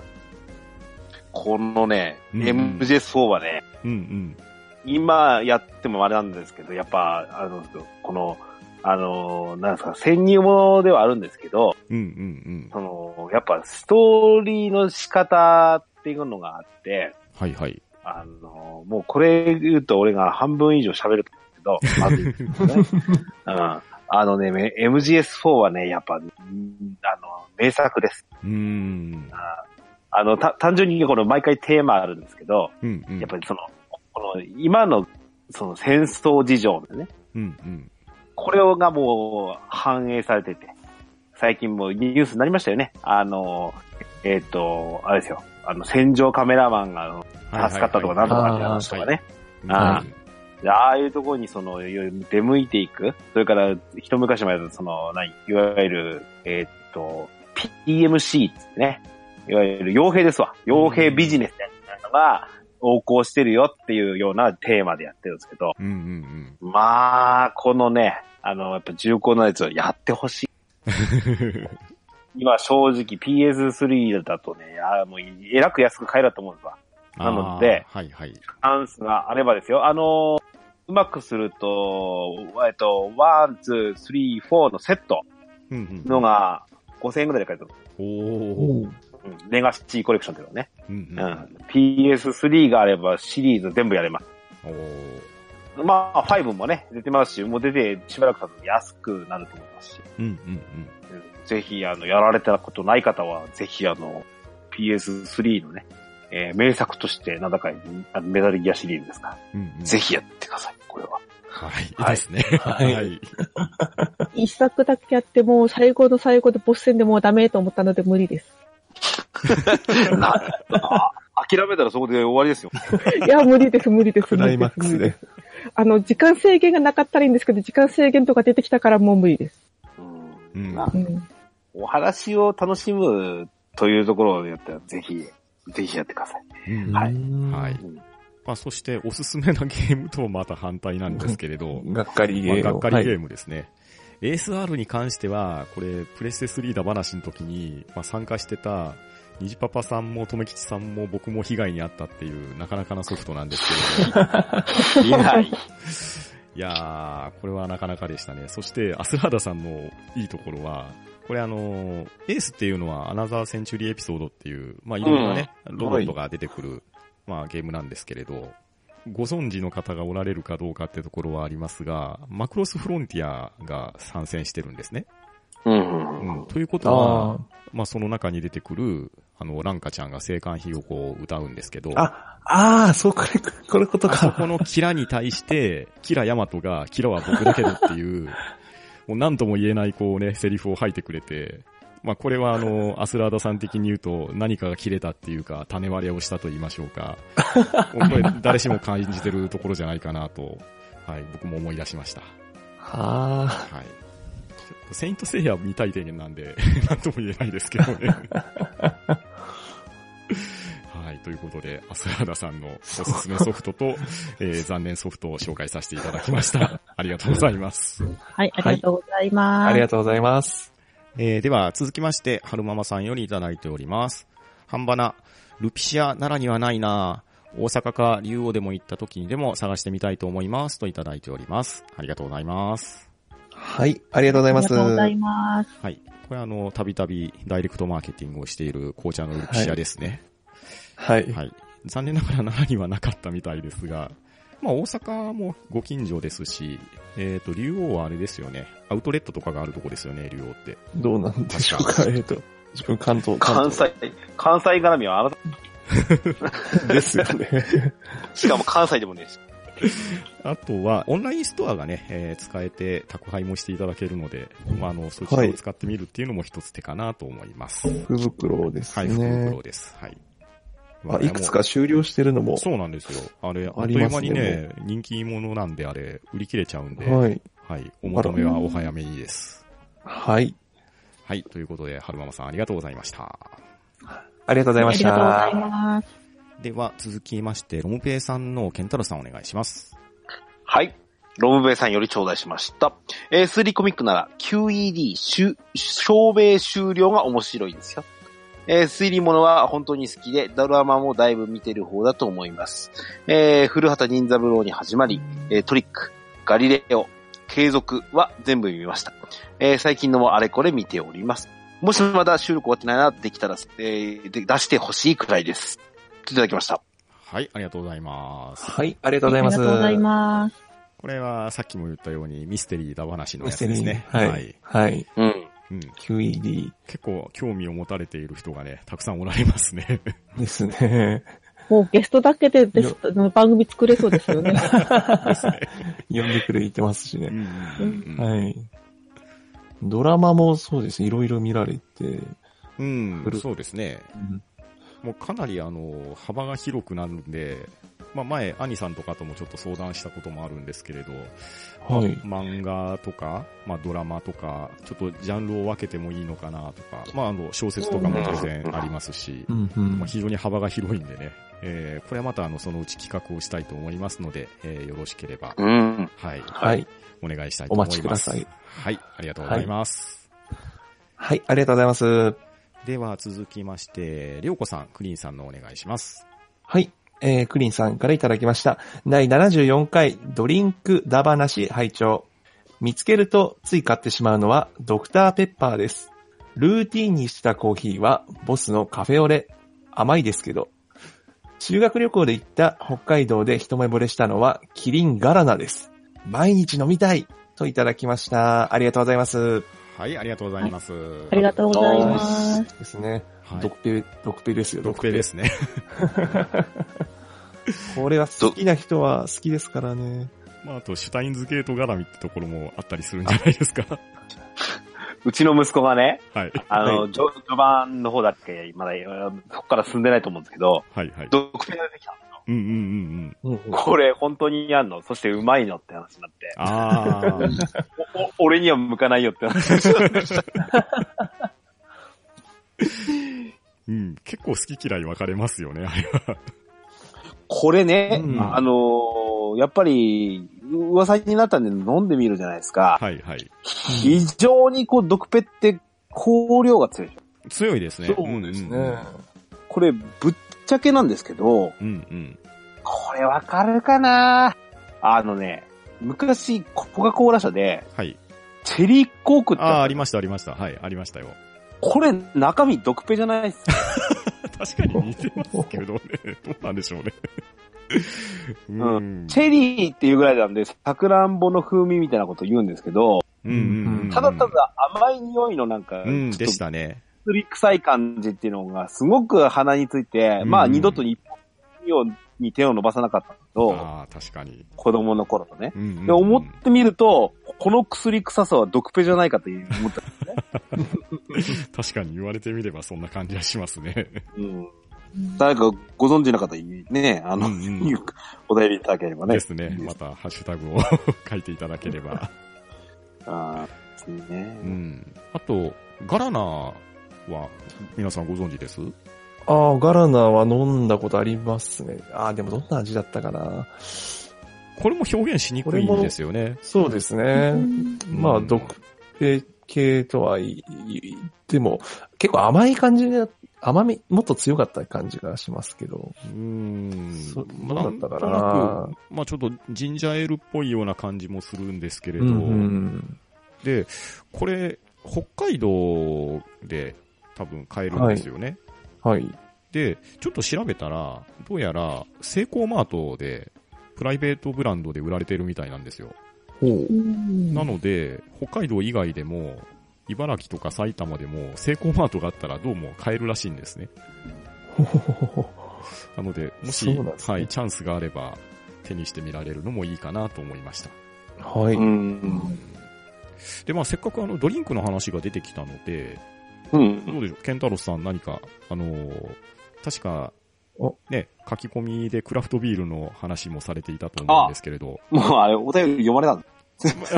Speaker 1: このね、
Speaker 3: うん
Speaker 1: MJ4 はね、
Speaker 3: うんうん。
Speaker 1: 今やってもあれなんですけど、やっぱ、あの、この、あの、なんですか、潜入ものではあるんですけど、
Speaker 3: うんうんうん。
Speaker 1: その、やっぱストーリーの仕方っていうのがあって、
Speaker 3: はいはい。
Speaker 1: あの、もうこれ言うと俺が半分以上喋るけど、まずいんですよね。
Speaker 3: [laughs]
Speaker 1: うん。あのね、め MGS4 はね、やっぱ、うんあの、名作です。
Speaker 3: うーん。
Speaker 1: あの、た、単純にこの毎回テーマあるんですけど、
Speaker 3: うんうん。
Speaker 1: やっぱりその、この、今の、その戦争事情ですね。
Speaker 3: うんうん。
Speaker 1: これがもう反映されてて、最近もうニュースになりましたよね。あの、えっ、と、あれですよ。あの、戦場カメラマンがあの助かったとかなんとかって話とかね。
Speaker 3: あ
Speaker 1: あでああいうところにその、いわゆる出向いていく。それから、一昔前だとその、ない、いわゆる、えっ、と、PMC ってね。いわゆる傭兵ですわ。傭兵ビジネスみたいなのが横行してるよっていうようなテーマでやってるんですけど、
Speaker 3: うんうん
Speaker 1: まあ、このね、あの、やっぱ重厚なやつをやってほしい。
Speaker 3: うん。
Speaker 1: 今正直 PS3 だとね、あーもうえらく安く買えると思うんですわ。なので
Speaker 3: あーはいはい。
Speaker 1: チャンスがあればですよ。あのーうまくすると、えっと、ワン、ツー、スリー、フォーのセット
Speaker 3: うんうん。
Speaker 1: のが5000円ぐらいで買えると
Speaker 3: おお。
Speaker 1: 思う。うん、レガシーコレクションっていうのね。
Speaker 3: うん
Speaker 1: う。
Speaker 3: うんん。
Speaker 1: PS3 があればシリーズ全部やれます。
Speaker 3: おー
Speaker 1: まあ、5もね、出てますし、もう出てしばらく経つと安くなると思いますし。
Speaker 3: うんうん
Speaker 1: ぜひ、あの、やられたことない方は、ぜひ、あの、PS3 のね、えー名作として名高いあのメダルギアシリーズですから、
Speaker 3: うん。うんうん
Speaker 1: ぜひやってください、これは。
Speaker 3: はい。
Speaker 1: はい
Speaker 3: ですね。
Speaker 4: は
Speaker 3: はいい。
Speaker 2: 一作だけやってもう最後の最後でボス戦でもうダメと思ったので無理 [laughs] です。
Speaker 1: なあ諦めたらそこで終わりですよ。
Speaker 2: いや、無理です、無理です。
Speaker 4: クライマック
Speaker 2: 無
Speaker 4: ス
Speaker 2: 理
Speaker 4: で
Speaker 2: です。。あの、時間制限がなかったらいいんですけど、時間制限とか出てきたからもう無理です。
Speaker 1: う
Speaker 3: うんん
Speaker 1: まあ
Speaker 2: うん。
Speaker 1: お話を楽しむというところをやったら、ぜひ、ぜひやってください。
Speaker 3: うん
Speaker 1: はい
Speaker 3: は
Speaker 4: はい
Speaker 3: い。まあ、そして、おすすめなゲームとはまた反対なんですけれど、
Speaker 4: がっかりゲ
Speaker 3: ま
Speaker 4: ー
Speaker 3: あ
Speaker 4: ム。
Speaker 3: がっかりゲ
Speaker 4: ム。
Speaker 3: ームですね。ASR に関しては、これ、プレステ3だ話の時に、まあ、参加してた、ニジパパさんも、とめきちさんも、僕も被害に遭ったっていう、なかなかなソフトなんですけれど、
Speaker 1: いない。
Speaker 3: いやー、これはなかなかでしたね。そして、アスラーダさんのいいところは、これあのー、エースっていうのはアナザーセンチュリーエピソードっていう、まあいろんなね、ロボットが出てくる、まあゲームなんですけれど、ご存知の方がおられるかどうかってところはありますが、マクロスフロンティアが参戦してるんですね。
Speaker 1: うん
Speaker 3: うん。ということ
Speaker 4: あ
Speaker 3: は、まあその中に出てくる、あの、ランカちゃんが生還費をこう歌うんですけど、
Speaker 4: あ。あ、ああ、そう、これ、これこと
Speaker 3: あそこ
Speaker 4: か。
Speaker 3: のキラに対して、キラヤマトが、キラは僕だけどっていう、もう何とも言えないこうね、セリフを吐いてくれて、まあこれはあの、アスラーダさん的に言うと、何かが切れたっていうか、種割れをしたと言いましょうか。もうこれ誰しも感じてるところじゃないかなと、はい、僕も思い出しました。
Speaker 4: あ
Speaker 3: はい。ちょっとセイントセイヤ見たい提言なんで、 [laughs] なんとも言えないですけど [laughs] ね。はい。ということで、アスラーダさんのおすすめソフト [laughs] と、えー残念ソフトを紹介させていただきました。 [laughs] ありがとうございます。
Speaker 2: はい、ありがとうございま
Speaker 4: あ。
Speaker 2: す。
Speaker 4: ありがとうございます。
Speaker 3: えーでは、続きまして、春ママさんよりいただいております。半ばな、ルピシアならにはないな大阪か竜王でも行った時にでも探してみたいと思いますといただいております。ありがとうございます。
Speaker 4: はい、ありがとうござ
Speaker 2: あ
Speaker 4: いま
Speaker 2: りがと
Speaker 4: す。
Speaker 2: うございます。
Speaker 3: はい。これあの、たびたびダイレクトマーケティングをしている紅茶のルピシアですね。
Speaker 4: はい。
Speaker 3: はい。残念ながら奈良にはなかったみたいですが、まあ大阪もご近所ですし、えっ、と、竜王はあれですよね。アウトレットとかがあるとこですよね、竜王って。
Speaker 4: どうなんでしょう [laughs] か。えっと、自分関東、
Speaker 1: 関西、関西絡みはあなた、
Speaker 4: 東ですよ [laughs] ね。
Speaker 1: しかも関西でもねえし。
Speaker 3: あとは、オンラインストアがね、えー使えて宅配もしていただけるので、まああの、そちらを使ってみるっていうのも一つ手かなと思います。はい、
Speaker 4: 福袋です
Speaker 3: 福
Speaker 4: ね
Speaker 3: 袋。です。はい。
Speaker 4: あ、いくつか終了してるのも。
Speaker 3: そうなんですよ。あれ、あ
Speaker 4: あ
Speaker 3: っと
Speaker 4: り
Speaker 3: いう
Speaker 4: ま
Speaker 3: 間
Speaker 4: すね
Speaker 3: にね、人気者なんであれ、売り切れちゃうんで、
Speaker 4: はい。
Speaker 3: はい。お求めはお早めにです。
Speaker 4: はい。
Speaker 3: はい。ということで、春ママさんありがとうございました。
Speaker 4: ありがとうござい
Speaker 2: あ
Speaker 4: まし
Speaker 2: りがとうござい
Speaker 4: た。
Speaker 2: ます。
Speaker 3: では、続きまして、ロムペイさんのケンタロさんお願いします。
Speaker 1: はい。ロムベイさんより頂戴しました。えー、3コミックなら QED しゅ証明終了が面白いですよ。えー推理物は本当に好きで、ドラマもだいぶ見てる方だと思います。えー古畑任三郎に始まり、えートリック、ガリレオ、継続は全部見ました。えー最近のもあれこれ見ております。もしまだ収録終わってないな、できたら、えーで出してほしいくらいです。いただきました。
Speaker 3: はい、ありがとうございます。
Speaker 4: はい、ありがとうございます。
Speaker 2: ありがとうございます。
Speaker 3: これはさっきも言ったようにミステリーだ話の
Speaker 4: ミ
Speaker 3: や
Speaker 4: ス
Speaker 3: つ
Speaker 4: テ
Speaker 3: で
Speaker 4: リ
Speaker 3: す
Speaker 4: ー
Speaker 3: ね
Speaker 4: ね。。はい。はい。
Speaker 1: うん。
Speaker 3: うん。
Speaker 4: QED
Speaker 3: 結構興味を持たれている人がね、たくさんおられますね。
Speaker 4: ですね。 [laughs]
Speaker 2: もうゲストだけでです番組作れそうですよね。
Speaker 4: 呼んでくれてますし
Speaker 3: う
Speaker 4: ね。
Speaker 3: んうんうん
Speaker 4: はい。ドラマもそうですね。いろいろ見られて。
Speaker 3: うん、
Speaker 4: フル
Speaker 3: そうですね。もうかなりあの、幅が広くなるんで、まあ前、兄さんとかともちょっと相談したこともあるんですけれど、
Speaker 4: はい。
Speaker 3: 漫画とか、まあドラマとか、ちょっとジャンルを分けてもいいのかなとか、まああの、小説とかも当然ありますし
Speaker 4: う、んうん
Speaker 3: まあ、非常に幅が広いんでね、えーこれはまたあの、そのうち企画をしたいと思いますので、えーよろしければ、
Speaker 1: うん。
Speaker 3: はい、
Speaker 4: はい。
Speaker 3: お願いしたいと思います。
Speaker 4: お待ちください。
Speaker 3: はい、ありがとうございます。
Speaker 4: はい、ありがとうございます。
Speaker 3: では続きまして、りょうこさん、クリーンさんのお願いします。
Speaker 4: はい。えー、クリンさんからいただきました。第74回ドリンクダバなし拝聴見つけるとつい買ってしまうのはドクターペッパーです。ルーティンにしてたコーヒーはボスのカフェオレ。甘いですけど。修学旅行で行った北海道で一目惚れしたのはキリンガラナです。毎日飲みたいといただきました。ありがとうございます。
Speaker 3: はい、ありがとうございます。
Speaker 2: ありがとうございます。
Speaker 4: ですね。
Speaker 3: はい
Speaker 4: ドクペ、ドクペですよ。
Speaker 3: ドクペですね。
Speaker 4: これは好きな人は好きですからね。
Speaker 3: [laughs] まあ、あと、シュタインズゲート絡みってところもあったりするんじゃないです [laughs] か。
Speaker 1: うちの息子がね、
Speaker 3: はい。
Speaker 1: あ
Speaker 4: は
Speaker 1: の、序序盤の方だっけ、まだ、そこから進んでないと思うんですけど、
Speaker 3: はい、はい。
Speaker 1: ドクペが出てきた。
Speaker 3: うんうんうんうん。
Speaker 4: うん
Speaker 1: これ本当にやんのそしてうまいのって話になって。
Speaker 3: あー。
Speaker 1: お俺には向かないよって話。
Speaker 3: うん、結構好き嫌い分かれますよね、あれは。
Speaker 1: これね、
Speaker 4: うん
Speaker 1: あのーやっぱり、噂になったんで飲んでみるじゃないですか。
Speaker 3: はい、はい。
Speaker 1: 非常にこう、毒ペって、香料が強いでしょ。
Speaker 3: 強いですね。
Speaker 4: そうですね。
Speaker 1: これ、ぶっちゃけなんですけど、
Speaker 3: うんうん。
Speaker 1: これわかるかなあのね、昔、コカ・コーラ社で、
Speaker 3: はい。
Speaker 1: チェリーコークって
Speaker 3: ああ、
Speaker 1: あ
Speaker 3: あ
Speaker 1: る、
Speaker 3: りました、ありました。はい、ありましたよ。 [laughs]
Speaker 1: これ中身毒ペじゃないっす。
Speaker 3: 確かに似てますけどね。 [laughs] どうなんでしょうね。うん
Speaker 1: チェリーっていうぐらいなんで、サクランボの風味みたいなこと言うんですけど、
Speaker 3: うんうんうん
Speaker 1: ただただ甘い匂いのなんか、
Speaker 3: うん、でし
Speaker 1: ちょった
Speaker 3: ね。
Speaker 1: と薬臭い感じっていうのがすごく鼻について、
Speaker 3: うん
Speaker 1: まあ二度と日本に手を伸ばさなかったけど、
Speaker 3: ああ、確かに。
Speaker 1: 子供の頃とね。
Speaker 3: うんうんうん
Speaker 1: で、思ってみると、この薬臭さは毒ペじゃないかという思った。
Speaker 3: 確かに言われてみればそんな感じはしますね。
Speaker 1: うん、誰かご存知の方、ね、あの、
Speaker 3: うんうん
Speaker 1: お便りいただければね
Speaker 3: で。すね。また、ハッシュタグを書いていただければ。
Speaker 1: あーいいね
Speaker 3: うん。あと、ガラナは、皆さんご存知です
Speaker 4: ああ、ガラナは飲んだことありますね。ああ、でもどんな味だったかな。
Speaker 3: これも表現しにくいんですよね。
Speaker 4: そうですね。まあ、毒ペ系とはいい、でも、結構甘い感じで、甘み、もっと強かった感じがしますけど。
Speaker 3: うん
Speaker 4: そ。
Speaker 3: まあ
Speaker 4: どうだったかな
Speaker 3: なんとなくまあちょっとジンジャーエールっぽいような感じもするんですけれど、
Speaker 4: うん
Speaker 3: で、これ、北海道で多分買えるんですよね。
Speaker 4: はい。
Speaker 3: で、ちょっと調べたら、どうやら、セイコーマートで、プライベートブランドで売られてるみたいなんですよ。
Speaker 4: ほ
Speaker 2: [laughs]
Speaker 3: なので、北海道以外でも、茨城とか埼玉でも、セイコーマートがあったらどうも買えるらしいんですね。
Speaker 4: う。
Speaker 3: なので、もし、
Speaker 4: そうなんですね
Speaker 3: はい、チャンスがあれば、手にしてみられるのもいいかなと思いました。
Speaker 4: はい。
Speaker 1: うん。
Speaker 3: で、まあ、せっかくあの、ドリンクの話が出てきたので、
Speaker 1: う
Speaker 3: ど
Speaker 1: ん。
Speaker 3: うでしょうケンタロスさん何か、あのー確か
Speaker 4: お、
Speaker 3: ね、書き込みでクラフトビールの話もされていたと思うんですけれど、
Speaker 1: もうあれ、お便り読まれたの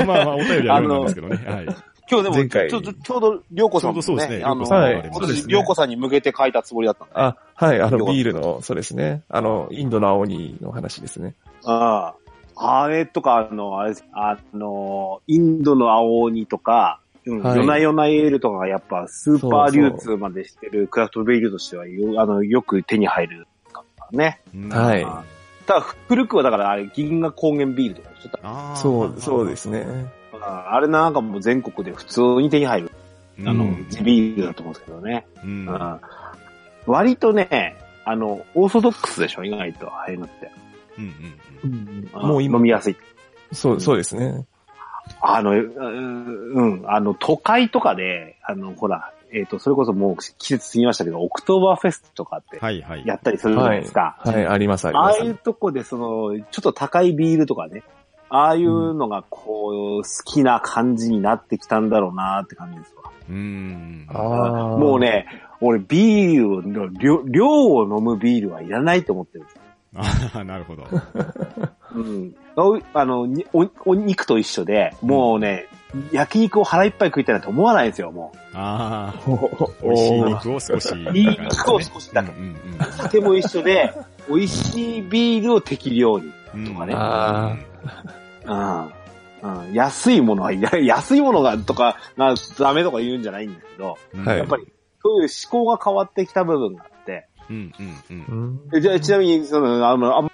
Speaker 3: まあまあ、お便りは読んだんですけどね。はい。
Speaker 1: 今日でも
Speaker 4: 前
Speaker 1: ちょ
Speaker 4: 回
Speaker 1: うど、ちょうど、りょうこさんも、ね、
Speaker 3: ちょうどそうですね
Speaker 1: あの、
Speaker 3: 涼
Speaker 4: 子さんもあります
Speaker 1: 今年
Speaker 4: ね
Speaker 1: りょうこさんに向けて書いたつもりだったんだね。
Speaker 4: あ、はい、あ
Speaker 1: よ
Speaker 4: の、
Speaker 1: かった
Speaker 4: ビールの、そうですね。あの、インドの青鬼の話ですね。
Speaker 1: ああ。あれとか、あの、あれです、あの、インドの青鬼とか、うん
Speaker 4: はい
Speaker 1: 夜な夜なエールとかがやっぱスーパー流通までしてるクラフトビールとしてはよ、あの、よく手に入るからね。
Speaker 4: はい
Speaker 1: ああただ、古くはだからあれ、銀河高原ビールとかでしょ
Speaker 3: あー
Speaker 4: そう、そうで。すね。
Speaker 1: あああれなんかもう全国で普通に手に入る、
Speaker 3: あ
Speaker 1: あの
Speaker 4: うん、
Speaker 1: 地ビールだと思うんですけどね。
Speaker 3: うん。
Speaker 1: うん割とね、あの、オーソドックスでしょ、意外と、ああいうのって。
Speaker 3: うんうん
Speaker 4: う
Speaker 3: うん。
Speaker 4: ん
Speaker 1: あの
Speaker 4: もう今
Speaker 1: 飲、みやすい。
Speaker 4: そう、そうですね。
Speaker 1: あの、ううん、あの、都会とかで、あの、ほら、えっ、と、それこそもう季節過ぎましたけど、オクトーバーフェストとかって、
Speaker 3: はいはい。
Speaker 1: やったりするじゃないですか。
Speaker 4: はい、あります、あり
Speaker 1: あ
Speaker 4: ま
Speaker 1: あ
Speaker 4: す。
Speaker 1: いうとこで、その、ちょっと高いビールとかね、ああいうのが、こう、好きな感じになってきたんだろうなって感じですわ。
Speaker 3: うん。
Speaker 4: あー
Speaker 1: もう。
Speaker 4: [laughs]
Speaker 1: ね、俺、ビールの量、量を飲むビールはいらないと思ってる。
Speaker 3: あなるほど。
Speaker 1: うん。おあの、にお、お肉と一緒で、もうね、焼肉を腹いっぱい食いたいなんて思わないんですよ、も
Speaker 3: ああ、美味しい
Speaker 4: おー
Speaker 3: 肉を少し。
Speaker 1: う。いい肉を少しだけ。
Speaker 3: うんうんうん
Speaker 1: 酒も一緒で、 [laughs] 美味しいビールを適量に。
Speaker 3: うん
Speaker 1: とかね
Speaker 4: あ
Speaker 1: うん。うん、安いものは、いや安いものが、とか、がダメとか言うんじゃないんですけど、
Speaker 3: うん
Speaker 4: はい
Speaker 1: やっぱり、そういう思考が変わってきた部分があって、
Speaker 3: うんうんうん。
Speaker 4: うん
Speaker 1: えじゃあちなみに、その、あの、あんま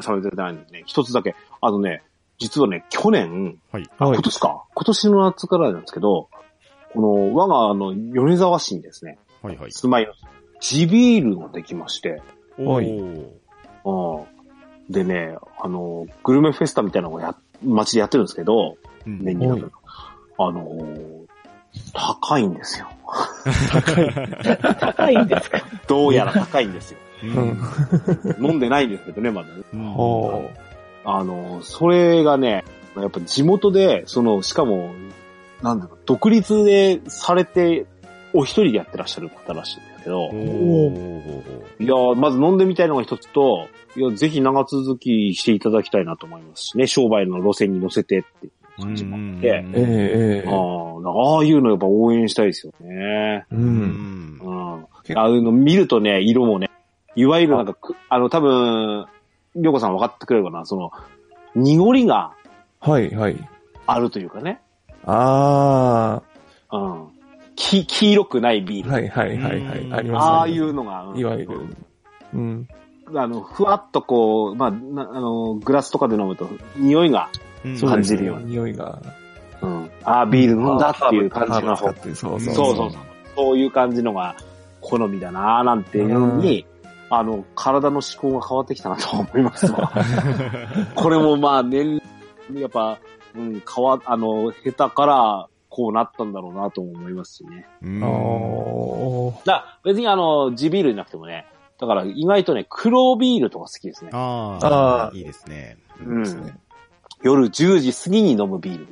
Speaker 1: 喋ってないんですね。一つだけ。あのね、実はね、去年、
Speaker 4: はい
Speaker 1: 今。年か今年の夏からなんですけど、この、我が、あの、米沢市にですね、
Speaker 3: はいはい。
Speaker 1: 住まいの、地ビールができまして、
Speaker 3: お
Speaker 4: はい
Speaker 3: ー
Speaker 1: うん。でね、あの、グルメフェスタみたいなのをや、街でやってるんですけど、
Speaker 3: うん
Speaker 1: 年に何回かあのー高いんですよ。
Speaker 2: 高いんですか
Speaker 1: どうやら高いんですよ。
Speaker 3: うん
Speaker 4: うん
Speaker 1: 飲んでないんですけどね、まだね。
Speaker 3: うん
Speaker 4: ほ
Speaker 1: あのーそれがね、やっぱ地元で、その、しかも、なんだろう、独立でされて、お一人でやってらっしゃる方らしいんですけど
Speaker 3: お、ー
Speaker 1: いやーまず飲んでみたいのが一つと、いや、ぜひ長続きしていただきたいなと思いますしね、商売の路線に乗せてっていう感じもあって、
Speaker 3: うん
Speaker 4: う。ええ、ええ
Speaker 1: あ。ーああいうのやっぱ応援したいですよね。
Speaker 4: う。
Speaker 3: うんん。
Speaker 1: うん。あの、見るとね、色もね、いわゆるなんかく、あの、多分、りょうこさん分かってくれるかな、その、濁りが
Speaker 4: はい、はい。
Speaker 1: あるというかね、
Speaker 4: あ
Speaker 1: うん。き、黄色くないビー
Speaker 4: あ、
Speaker 1: ル。
Speaker 4: はい、はい、はい、はい。あります。
Speaker 1: ああ
Speaker 4: り
Speaker 1: い
Speaker 4: ます
Speaker 1: うのが、うん
Speaker 4: いわゆる。うん。
Speaker 1: あの、ふわっとこう、まあ、なあの、グラスとかで飲むと、匂いが、
Speaker 3: うん
Speaker 4: そうです
Speaker 1: 感じるような
Speaker 4: 匂いが。
Speaker 1: うん。ああ、ビール飲んだっていう感じの、
Speaker 4: ハーブ使ってそうそう
Speaker 1: そうそうそう。そういう感じのが、好みだなぁ、なんていうのに、あの、体の思考が変わってきたなと思います [laughs] わ。これもまあ年、やっぱ、うん、変わ、あの、下手から、こうなったんだろうなとも思いますしね。
Speaker 3: うん
Speaker 4: あー
Speaker 1: だから別にあの、地ビールじゃなくてもね、だから意外とね、黒ビールとか好きですね。
Speaker 3: あ
Speaker 4: あ
Speaker 3: あ
Speaker 4: ー
Speaker 3: いいですね。
Speaker 1: う
Speaker 4: ですね
Speaker 1: ん。夜10時過ぎに飲むビール。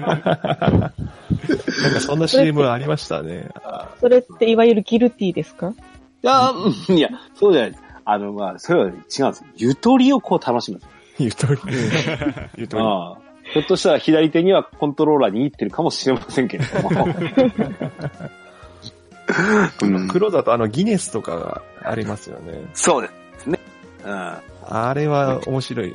Speaker 1: [laughs]
Speaker 4: なんかそんな CM ありまし
Speaker 1: [laughs]
Speaker 4: たね。あ
Speaker 2: それっていわゆるギルティーですか
Speaker 1: いや、うんいや、そうじゃないです。あの、まあ、それは違うんです。ゆとりをこう楽しむんです。
Speaker 4: ーゆとり。ゆとり。
Speaker 1: ああひょっとしたら左手にはコントローラー握ってるかもしれませんけれども。うん
Speaker 4: 黒だとあのギネスとかがありますよね。
Speaker 1: そうですね。うん。
Speaker 4: あれは面白い。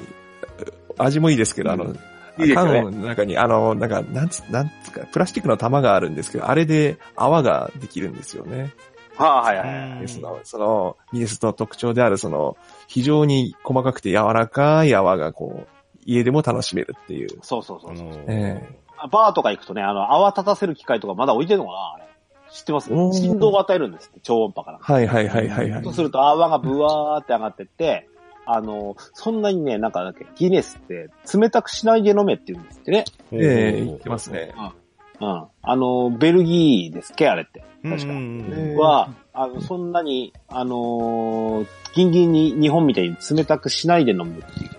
Speaker 4: 味もいいですけど、あ
Speaker 1: う
Speaker 4: の、
Speaker 1: いいですよね
Speaker 4: 缶の中に、あの、なんか、なんつ、なんつうか、プラスチックの玉があるんですけど、あれで泡ができるんですよね。
Speaker 1: はいは
Speaker 3: う
Speaker 1: いはい。
Speaker 3: ん
Speaker 4: でその、その、ギネスの特徴である、その、非常に細かくて柔らかい泡が、こう、家でも楽しめるっていう。
Speaker 1: そうそうそ
Speaker 3: あ
Speaker 1: うそう。
Speaker 3: の
Speaker 4: え
Speaker 1: あバーとか行くとね、あの、泡立たせる機械とかまだ置いてるのかなあれ知ってます
Speaker 4: おー
Speaker 1: 振動を与えるんですって、超音波から。
Speaker 4: はいはいはいはいはい
Speaker 1: そう。すると泡がブワーって上がってって、あの、そんなにね、なんかだっけ、ギネスって冷たくしないで飲めって言うんですってね。
Speaker 4: ええ、言ってます。ね。
Speaker 1: うん。あの、ベルギーですっけあれって。
Speaker 3: うん
Speaker 1: 確か
Speaker 3: うん
Speaker 1: は、あの、そんなに、あのーギンギンに日本みたいに冷たくしないで飲むっていう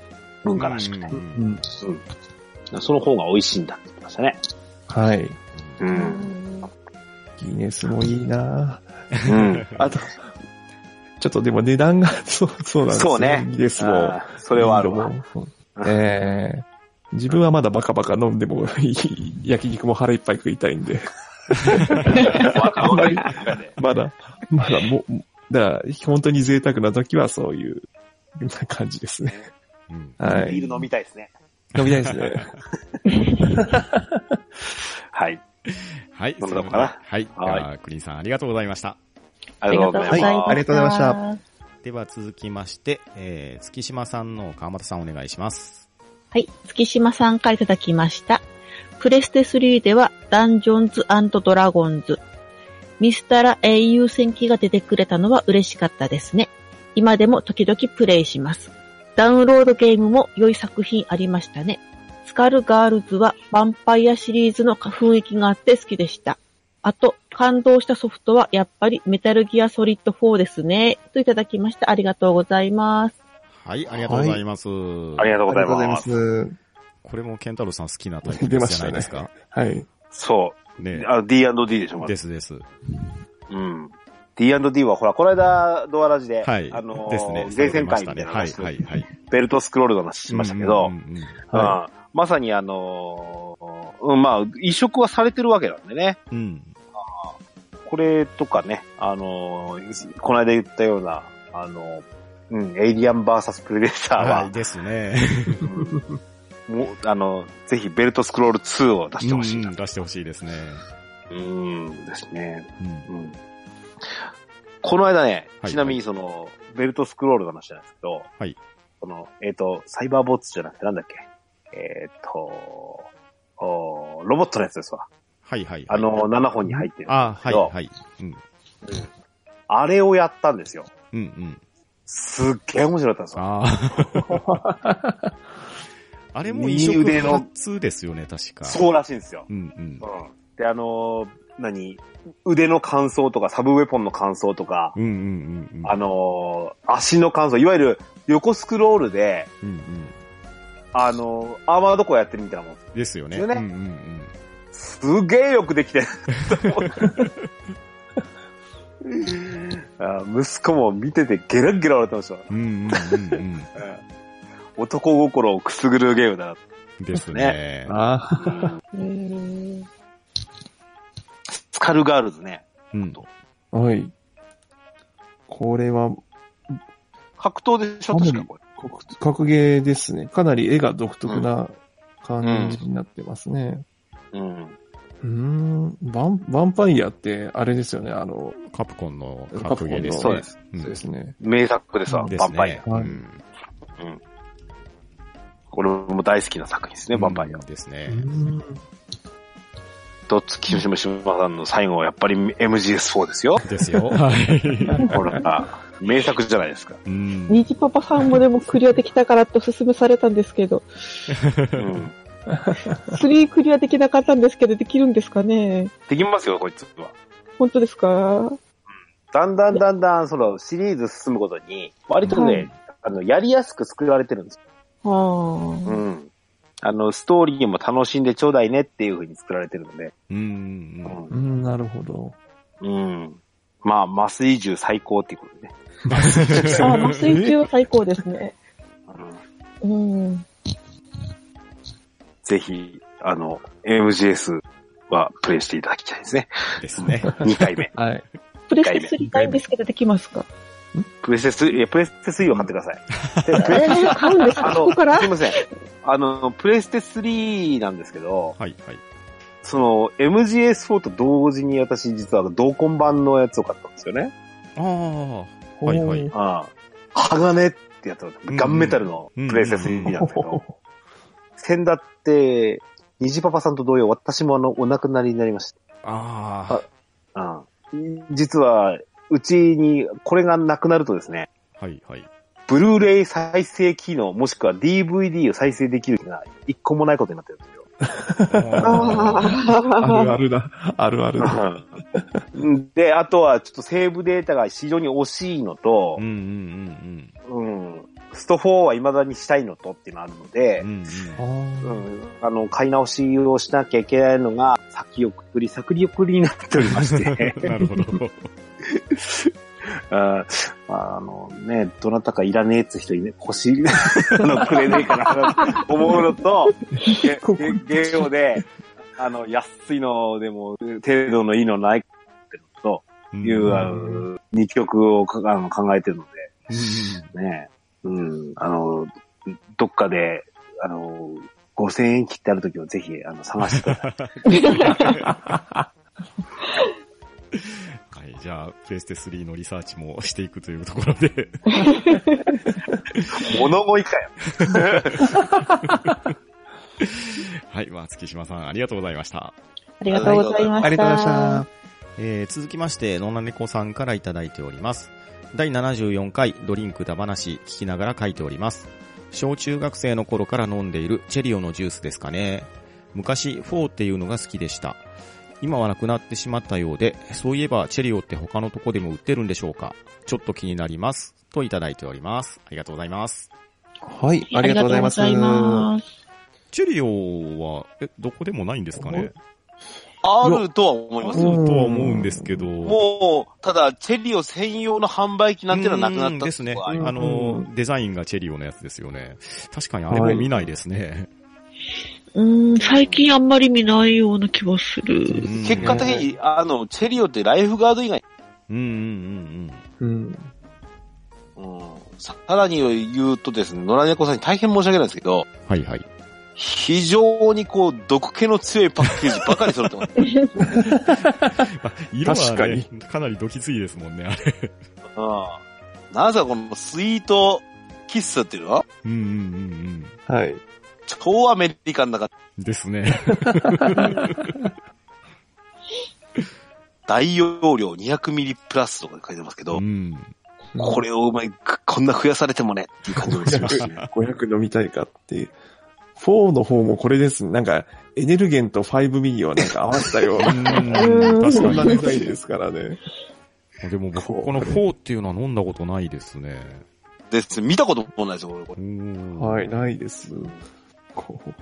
Speaker 1: 文化らしくて。
Speaker 3: う
Speaker 4: うんん。
Speaker 1: その方が美味しいんだって言ってましたね。
Speaker 4: はい。
Speaker 1: う。
Speaker 2: うんん
Speaker 4: ギネスもいいなぁ
Speaker 1: うん。
Speaker 4: あと、ちょっとでも値段が、そう、そうなんですよ
Speaker 1: そうね
Speaker 4: ギネスも。
Speaker 1: あーそれはある
Speaker 4: も
Speaker 1: わ。
Speaker 4: うええ自分はまだバカバカ飲んでもいい、焼肉も腹いっぱい食いたいんで、 [laughs]
Speaker 1: わかる
Speaker 4: まだ、まだも、だから、本当に贅沢な時はそういう、感じですね。
Speaker 3: うん
Speaker 4: は
Speaker 1: ビ
Speaker 4: い。
Speaker 1: ール飲みたいですね。
Speaker 4: 飲みたいですね。
Speaker 1: はい。
Speaker 3: はい。
Speaker 1: 飲むのかな
Speaker 3: はい。では、クリンさんありがとうございました。
Speaker 1: あ
Speaker 2: あ
Speaker 1: り
Speaker 2: り
Speaker 1: が
Speaker 2: が
Speaker 1: とうご
Speaker 2: とうご
Speaker 1: ざ
Speaker 2: ざ
Speaker 1: い
Speaker 2: い
Speaker 1: ま
Speaker 2: ま
Speaker 1: し。
Speaker 2: したた。
Speaker 4: ありがとうございました
Speaker 3: では続きまして、えー、月島さんの川又さんお願いします。
Speaker 2: はい。月島さんからいただきました。プレステ3では、ダンジョンズドラゴンズ。ミスタラ英雄戦記が出てくれたのは嬉しかったですね。今でも時々プレイします。ダウンロードゲームも良い作品ありましたね。スカルガールズはヴァンパイアシリーズの雰囲気があって好きでした。あと、感動したソフトはやっぱりメタルギアソリッド4ですね。といただきました。ありがとうございます。
Speaker 3: はい、ありがとうございます。
Speaker 1: ありがとうございま
Speaker 4: あ
Speaker 1: す。
Speaker 4: りがとうございま
Speaker 3: これもケンタロウさん好きなタイプのやつじゃないですか。
Speaker 4: す。はい。
Speaker 1: そ
Speaker 3: ね
Speaker 1: う。あ D&D でしょ、まず
Speaker 3: ですです。
Speaker 1: うん。D&D はほら、この間、ドアラジで、
Speaker 3: はい。
Speaker 1: あのー
Speaker 3: ですね。
Speaker 1: 前線会みた
Speaker 3: され
Speaker 1: い
Speaker 3: て
Speaker 1: な
Speaker 3: ま
Speaker 1: 話
Speaker 3: し
Speaker 1: を
Speaker 3: たね。はい、はい、はい。
Speaker 1: ベルトスクロールの話しましたけど、
Speaker 3: うんうんうん
Speaker 4: は
Speaker 1: うんまさにあのーうん、まあ、移植はされてるわけなんでね。
Speaker 3: うん。うん
Speaker 1: これとかね、あのーこの間言ったような、あのーうん、エイリアンバーサスプレデターは、
Speaker 3: はい、ですね。
Speaker 1: うんもう、あの、ぜひベルトスクロール2を出してほしい
Speaker 3: うんう。
Speaker 1: なん
Speaker 3: 出してほしいですね。
Speaker 1: うん、ですね。
Speaker 3: うん
Speaker 1: うん。この間ね、
Speaker 3: はい
Speaker 1: ちなみにその、ベルトスクロールの話なんですけど、
Speaker 3: はい。
Speaker 1: この、えっ、と、サイバーボッツじゃなくてなんだっけえっ、と、おーロボットのやつですわ。
Speaker 3: はい、はい。
Speaker 1: あの、、7本に入ってる。
Speaker 3: あはい、
Speaker 1: そう
Speaker 3: はい。うん。
Speaker 1: あれをやったんですよ。
Speaker 3: うん、うん。
Speaker 1: すっげえ面白かったんですよ。
Speaker 3: あーあれも移
Speaker 1: 右腕
Speaker 3: 植
Speaker 1: の
Speaker 3: 初ですよね、確か。
Speaker 1: そうらしいんですよ。
Speaker 3: うんうん
Speaker 1: う。ん。で、あのー何腕の感想とか、サブウェポンの感想とか、
Speaker 3: うんうんうんうん。
Speaker 1: あのー足の感想、いわゆる横スクロールで、
Speaker 3: うんうん。
Speaker 1: あのーアーマードコアやってるみたいなもん。
Speaker 3: ですよ
Speaker 1: で
Speaker 3: ね。
Speaker 1: すよね
Speaker 3: うんうんうん。
Speaker 1: すげえよくで
Speaker 3: [laughs]
Speaker 1: きてる。あ息子も見ててゲラッゲラ笑ってました。
Speaker 3: うんうんうん
Speaker 1: うん男心をくすぐるゲームだな。
Speaker 3: うん。ですね。
Speaker 4: あ
Speaker 1: スカルガールズね。
Speaker 3: うん。
Speaker 4: あ、はい。これは、
Speaker 1: 格闘でしょ確かこれ。
Speaker 4: こ格ゲーですね。かなり絵が独特な感じになってますね。
Speaker 1: うん。
Speaker 4: うーん、ヴァン、ヴァンパイアって、あれですよね、あの、
Speaker 3: カプコンの
Speaker 4: カプ
Speaker 3: 格
Speaker 4: コ
Speaker 3: ゲ
Speaker 4: ン
Speaker 3: ーで
Speaker 4: の。
Speaker 3: す
Speaker 1: そう
Speaker 3: ね
Speaker 1: で。す
Speaker 3: うん
Speaker 4: そうですね。
Speaker 1: 名作でさ、ヴ
Speaker 3: です
Speaker 1: ァンパイ
Speaker 3: ね
Speaker 1: ア。。
Speaker 4: ア
Speaker 3: う
Speaker 4: はい
Speaker 3: ん
Speaker 1: 俺も大好きな作品ですね、ヴァンパイア。
Speaker 3: です
Speaker 4: う
Speaker 3: ね。
Speaker 4: ん
Speaker 1: どっち、キムシムシムさんの最後はやっぱり MGS4 です [laughs] よ。
Speaker 3: ですよ。はい。
Speaker 1: ほら、名作じゃないですか。
Speaker 3: うん
Speaker 2: ニジパパさんもでもクリアできたからっておすすめされたんですけど、
Speaker 1: うん。
Speaker 2: 3クリアできなかったんですけど、できるんですかね
Speaker 1: できますよ、こいつは。
Speaker 2: 本当ですか
Speaker 1: だんだんだんだん、その、シリーズ進むごとに、割とね、
Speaker 2: はい
Speaker 1: あの、やりやすく作られてるんですよ。
Speaker 2: あー
Speaker 1: うん。あの、ストーリーも楽しんでちょうだいねっていう風に作られてるので。
Speaker 3: うん
Speaker 1: う。
Speaker 3: うん
Speaker 4: うんん、なるほど。
Speaker 1: うん。まあ、マス移住最高っていうことでね。
Speaker 2: あ、麻酔中は最高ですね。
Speaker 1: うん
Speaker 2: うん。
Speaker 1: ぜひ、あの、MGS はプレイしていただきたいですね。
Speaker 3: うん。 [laughs] です
Speaker 1: [laughs]
Speaker 3: ね。
Speaker 1: 2回目。
Speaker 4: はい。
Speaker 2: プレステ3ないんですけど、できますか
Speaker 1: プレステ3、いや、プレステ3を買ってください。
Speaker 2: え、買うんです
Speaker 1: あ
Speaker 2: か
Speaker 1: の
Speaker 2: ここから
Speaker 1: すいません。あの、プレステ3なんですけど、
Speaker 3: はいはい。
Speaker 1: その、MGS4 と同時に私実は同梱版のやつを買ったんですよね。
Speaker 3: ああ。はいはい。
Speaker 1: ああ鋼ってやつを
Speaker 3: うん
Speaker 1: ガンメタルのプレイセス
Speaker 3: うん
Speaker 1: 3
Speaker 3: うん
Speaker 1: なんですけど、先だって、虹パパさんと同様、私もあの、お亡くなりになりまし
Speaker 3: あ
Speaker 1: た。うん、実は、うちに、これがなくなるとですね、
Speaker 3: あ。はいはい。
Speaker 1: ブルーレイ再生機能、もしくは DVD を再生できる機能が一個もないことになってるんですよ。
Speaker 3: あ
Speaker 4: ある
Speaker 2: あ
Speaker 4: あるだ。あるあるだ。
Speaker 1: うんで、あとは、ちょっとセーブデータが非常に惜しいのと
Speaker 3: うんう、んうん
Speaker 1: うん、スト4は未だにしたいのとっていうのがあるので
Speaker 3: うん。う、ん
Speaker 4: あ
Speaker 1: う
Speaker 4: ー
Speaker 1: ん、あの、買い直しをしなきゃいけないのが、先送り、先送りになっておりまし
Speaker 3: う
Speaker 1: て、
Speaker 3: [laughs] ん。なるほど。
Speaker 1: ああのね、どなたかいらねえって人いね、欲しい、 [laughs] あの、くれねえかな、思うのと、ゲ
Speaker 4: ここ
Speaker 1: ゲゲオで、あの、安いのでも、程度のいいのないってのと、
Speaker 3: うん
Speaker 1: いう、
Speaker 3: うん
Speaker 1: あの、2曲をかあの考えてるの
Speaker 3: う
Speaker 1: で、ね、うん、あの、どっかで、あの、5000円切ってある時はぜひ、あの、探してください
Speaker 3: んはい、じゃあ、プレステ3のリサーチもしていくというところで。
Speaker 1: 物乞いかよ。
Speaker 3: はい、まあ、月島さん、ありがとうございました。
Speaker 2: りがとうございました。
Speaker 4: ありがとうございました。
Speaker 3: えー続きまして、野良猫さんからいただいております。第74回ドリンクだ話聞きながら書いております。小中学生の頃から飲んでいるチェリオのジュースですかね。昔、フォーっていうのが好きでした。今はなくなってしまったようで、そういえばチェリオって他のとこでも売ってるんでしょうかちょっと気になります。といただいております。ありがとうございます。
Speaker 4: はい、ありがとうございます。
Speaker 2: ありがとうございます。
Speaker 3: チェリオは、え、どこでもないんですかね
Speaker 1: あるとは思います
Speaker 3: そ
Speaker 1: よ。
Speaker 3: うとは思うんですけど。
Speaker 1: もう、ただ、チェリオ専用の販売機なんてのはなくなった
Speaker 3: うん
Speaker 1: とこ
Speaker 3: ですね。
Speaker 1: は
Speaker 3: あ
Speaker 1: あります
Speaker 3: の
Speaker 4: う、
Speaker 3: デザインがチェリオのやつですよね。確かにあれも見ないですね。
Speaker 2: うん、最近あんまり見ないような気がする。
Speaker 3: うん
Speaker 1: 結果的に、あの、チェリオってライフガード以外、
Speaker 3: うんうんうん
Speaker 4: うん。
Speaker 1: うんささらに言うとですね、野良猫さんに大変申し訳ないんですけど、
Speaker 3: うん。はいはい。
Speaker 1: 非常にこう、毒気の強いパッケージばかり揃って
Speaker 3: [laughs]
Speaker 1: ます。
Speaker 3: 色は
Speaker 4: 確か
Speaker 3: ね
Speaker 4: に、
Speaker 3: かなりドキついですもんね、あれ。
Speaker 1: うん。なぜかこのスイート喫茶っていうのは、
Speaker 3: うんうんうん
Speaker 4: はい。
Speaker 1: 超アメリカンだから、
Speaker 3: うん。ですね。
Speaker 1: 大容量 200ml プラスとか書いてますけど、
Speaker 3: うん。
Speaker 1: これをお前、こんな増やされてもねっていう感じもしますし。
Speaker 3: [laughs]
Speaker 4: 500飲みたいかっていう。4の方もこれです。なんか、エネルゲンと5ミリをなんか合わせたよう
Speaker 3: う
Speaker 4: [laughs] な、
Speaker 3: ん
Speaker 4: そん
Speaker 3: 確か
Speaker 4: なデ
Speaker 3: に。
Speaker 4: ザインですからね。
Speaker 3: でも僕、この4っていうのは飲んだことないですね。
Speaker 1: です。見たこともないですよ、俺これ。
Speaker 4: はい、ないです。こう、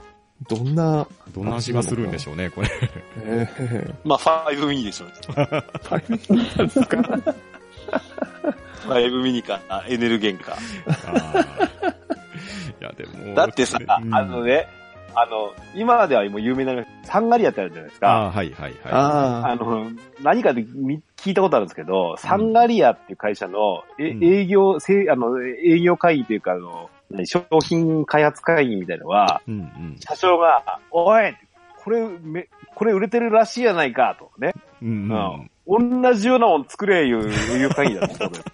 Speaker 4: どんな、
Speaker 3: どんな味がするんでしょうね、これ。
Speaker 4: ええ
Speaker 1: まあ、5ミニでしょうね。
Speaker 4: 5ミリなんですか
Speaker 1: 5ミニか、あエネルゲンか。
Speaker 3: あーいや、でも。
Speaker 1: だってさ、
Speaker 3: うん
Speaker 1: あの。ね、あの、今ではもう有名な、サンガリアってあるじゃないですか。
Speaker 3: あーはいはいはい。
Speaker 1: あ
Speaker 4: [laughs] あ
Speaker 1: の、何かでみ聞いたことあるんですけど、サンガリアっていう会社の、え
Speaker 3: うん
Speaker 1: 営業、せあの、営業会議というか、あの、何商品開発会議みたいのは、
Speaker 3: うんうん。
Speaker 1: 社長が、おいこれ、め、これ売れてるらしいやないか、とね。
Speaker 3: うんうん。
Speaker 1: 同じようなもん作れ、いう、いう会議だったん [laughs] ですよ。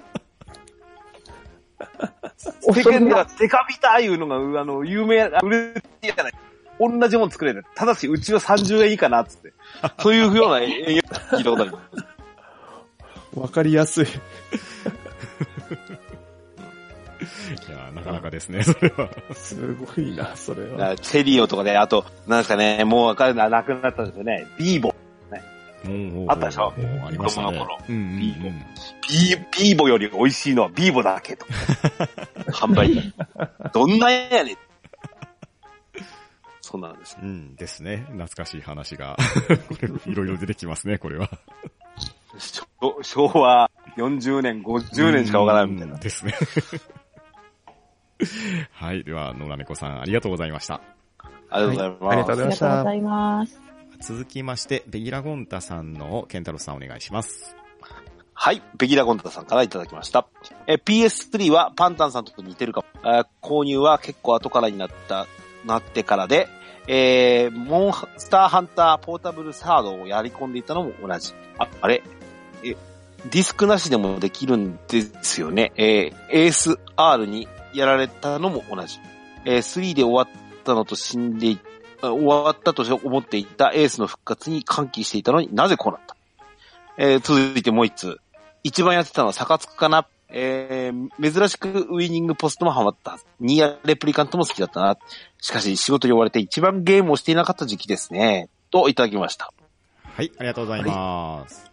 Speaker 1: 世間ではデカビタいうのが、うあの、有名、あ売れてるじゃない。同じもん作れる。ただし、うちは30円以下な、つって。そういうような営業聞いたことある。
Speaker 4: あ、わかりやすい。
Speaker 3: いやーなかなかですね、それは。
Speaker 4: すごいな、それは。
Speaker 1: あチェリオとかね、あと、なんですかね、もう分かるのはなくなったんですよね。ビーボ。
Speaker 3: もう
Speaker 1: あったでしょ
Speaker 3: ありましたね
Speaker 1: 子供の頃。
Speaker 3: うんうん
Speaker 1: ビービー、ビーボより美味しいのはビーボだけと。販売員。どんなやねん。そうなんです。
Speaker 3: うん。うんですね。懐かしい話が。これ、いろいろ出てきますね、これは。
Speaker 1: 昭昭和40年、50年しか分からないみたいな
Speaker 3: うん。ですね。はい。では、野良猫さん、ありがとうございました。
Speaker 1: ありがとうございます。
Speaker 4: はいありがとうござい
Speaker 2: あ
Speaker 4: ます
Speaker 2: りがとうございます。
Speaker 3: 続きまして、ベギラゴンタさんのを、ケンタロウさんお願いします。
Speaker 1: はい。ベギラゴンタさんからいただきました。えー PS3 はパンタンさんと似てるかも。えー購入は結構後からになった、なってからで、えーモンスターハンターポータブルサードをやり込んでいたのも同じ。あ、あれえ、ディスクなしでもできるんですよね。えー、ASR にやられたのも同じ。えー3で終わったのと死んでい、あ終わったと思っていたエースの復活に歓喜していたのになぜこうなったえー続いてもう一通。一番やってたのはサカツクかな。えー、珍しくウィニングポストもハマったはず。ニアレプリカントも好きだったな。しかし仕事に追われて一番ゲームをしていなかった時期ですね。といただきました。
Speaker 3: はい。ありがとうございます。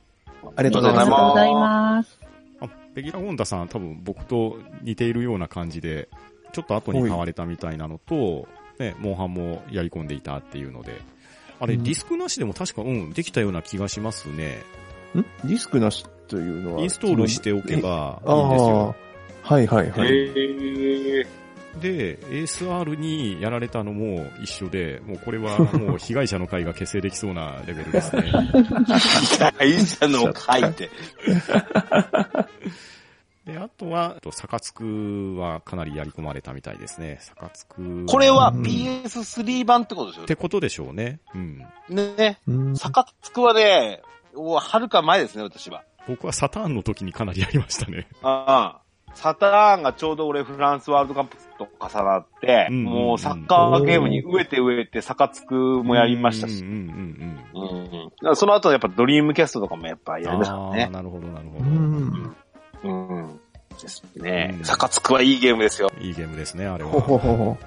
Speaker 4: ありがとうご
Speaker 2: ありがと
Speaker 4: ざい
Speaker 2: う
Speaker 4: ま
Speaker 2: ございます。
Speaker 3: あベギラゴンタさん、多分僕と似ているような感じで、ちょっと後に買われたみたいなのと、ね、モンハンもやり込んでいたっていうので、あれ、
Speaker 4: うん
Speaker 3: ディスクなしでも確か、うん、できたような気がしますね。
Speaker 4: す。んディスクなしというのは
Speaker 3: インストールしておけばいいんです
Speaker 4: あ
Speaker 3: よ。
Speaker 4: あ、はいはいはい。
Speaker 1: ー、
Speaker 3: で、ASR にやられたのも一緒で、もうこれはもう被害者の会が結成できそうなレベルですね。
Speaker 1: [laughs] 大事なのを書いて。
Speaker 3: で、あとは、とサカツクはかなりやり込まれたみたいですね。サカツク。
Speaker 1: これは
Speaker 3: うん
Speaker 1: PS3 版ってことですよ
Speaker 3: っ
Speaker 1: ね
Speaker 3: てことでしょうね。うん。
Speaker 1: ね。
Speaker 4: うん
Speaker 1: サカツクはね、はるか前ですね、私は。
Speaker 3: 僕はサターンの時にかなりやりましたね。
Speaker 1: ああ。サターンがちょうど俺フランスワールドカップと重なって、
Speaker 3: うんうんうん
Speaker 1: もうサッカーゲームに飢えて飢えて、サカツクもやりましたし
Speaker 3: う、んうんうん
Speaker 1: うんうんだからその後やっぱドリームキャストとかもやっぱ
Speaker 3: うん。
Speaker 1: やりました
Speaker 3: ああ、
Speaker 1: ね。
Speaker 3: なるほど、なるほ
Speaker 4: う
Speaker 3: ど。
Speaker 4: ん。
Speaker 1: うん。ですね
Speaker 3: う。ん
Speaker 1: サカツクはいいゲームですよ。
Speaker 3: いいゲームですね、あれ
Speaker 4: ほほ
Speaker 3: は。
Speaker 4: ほほ。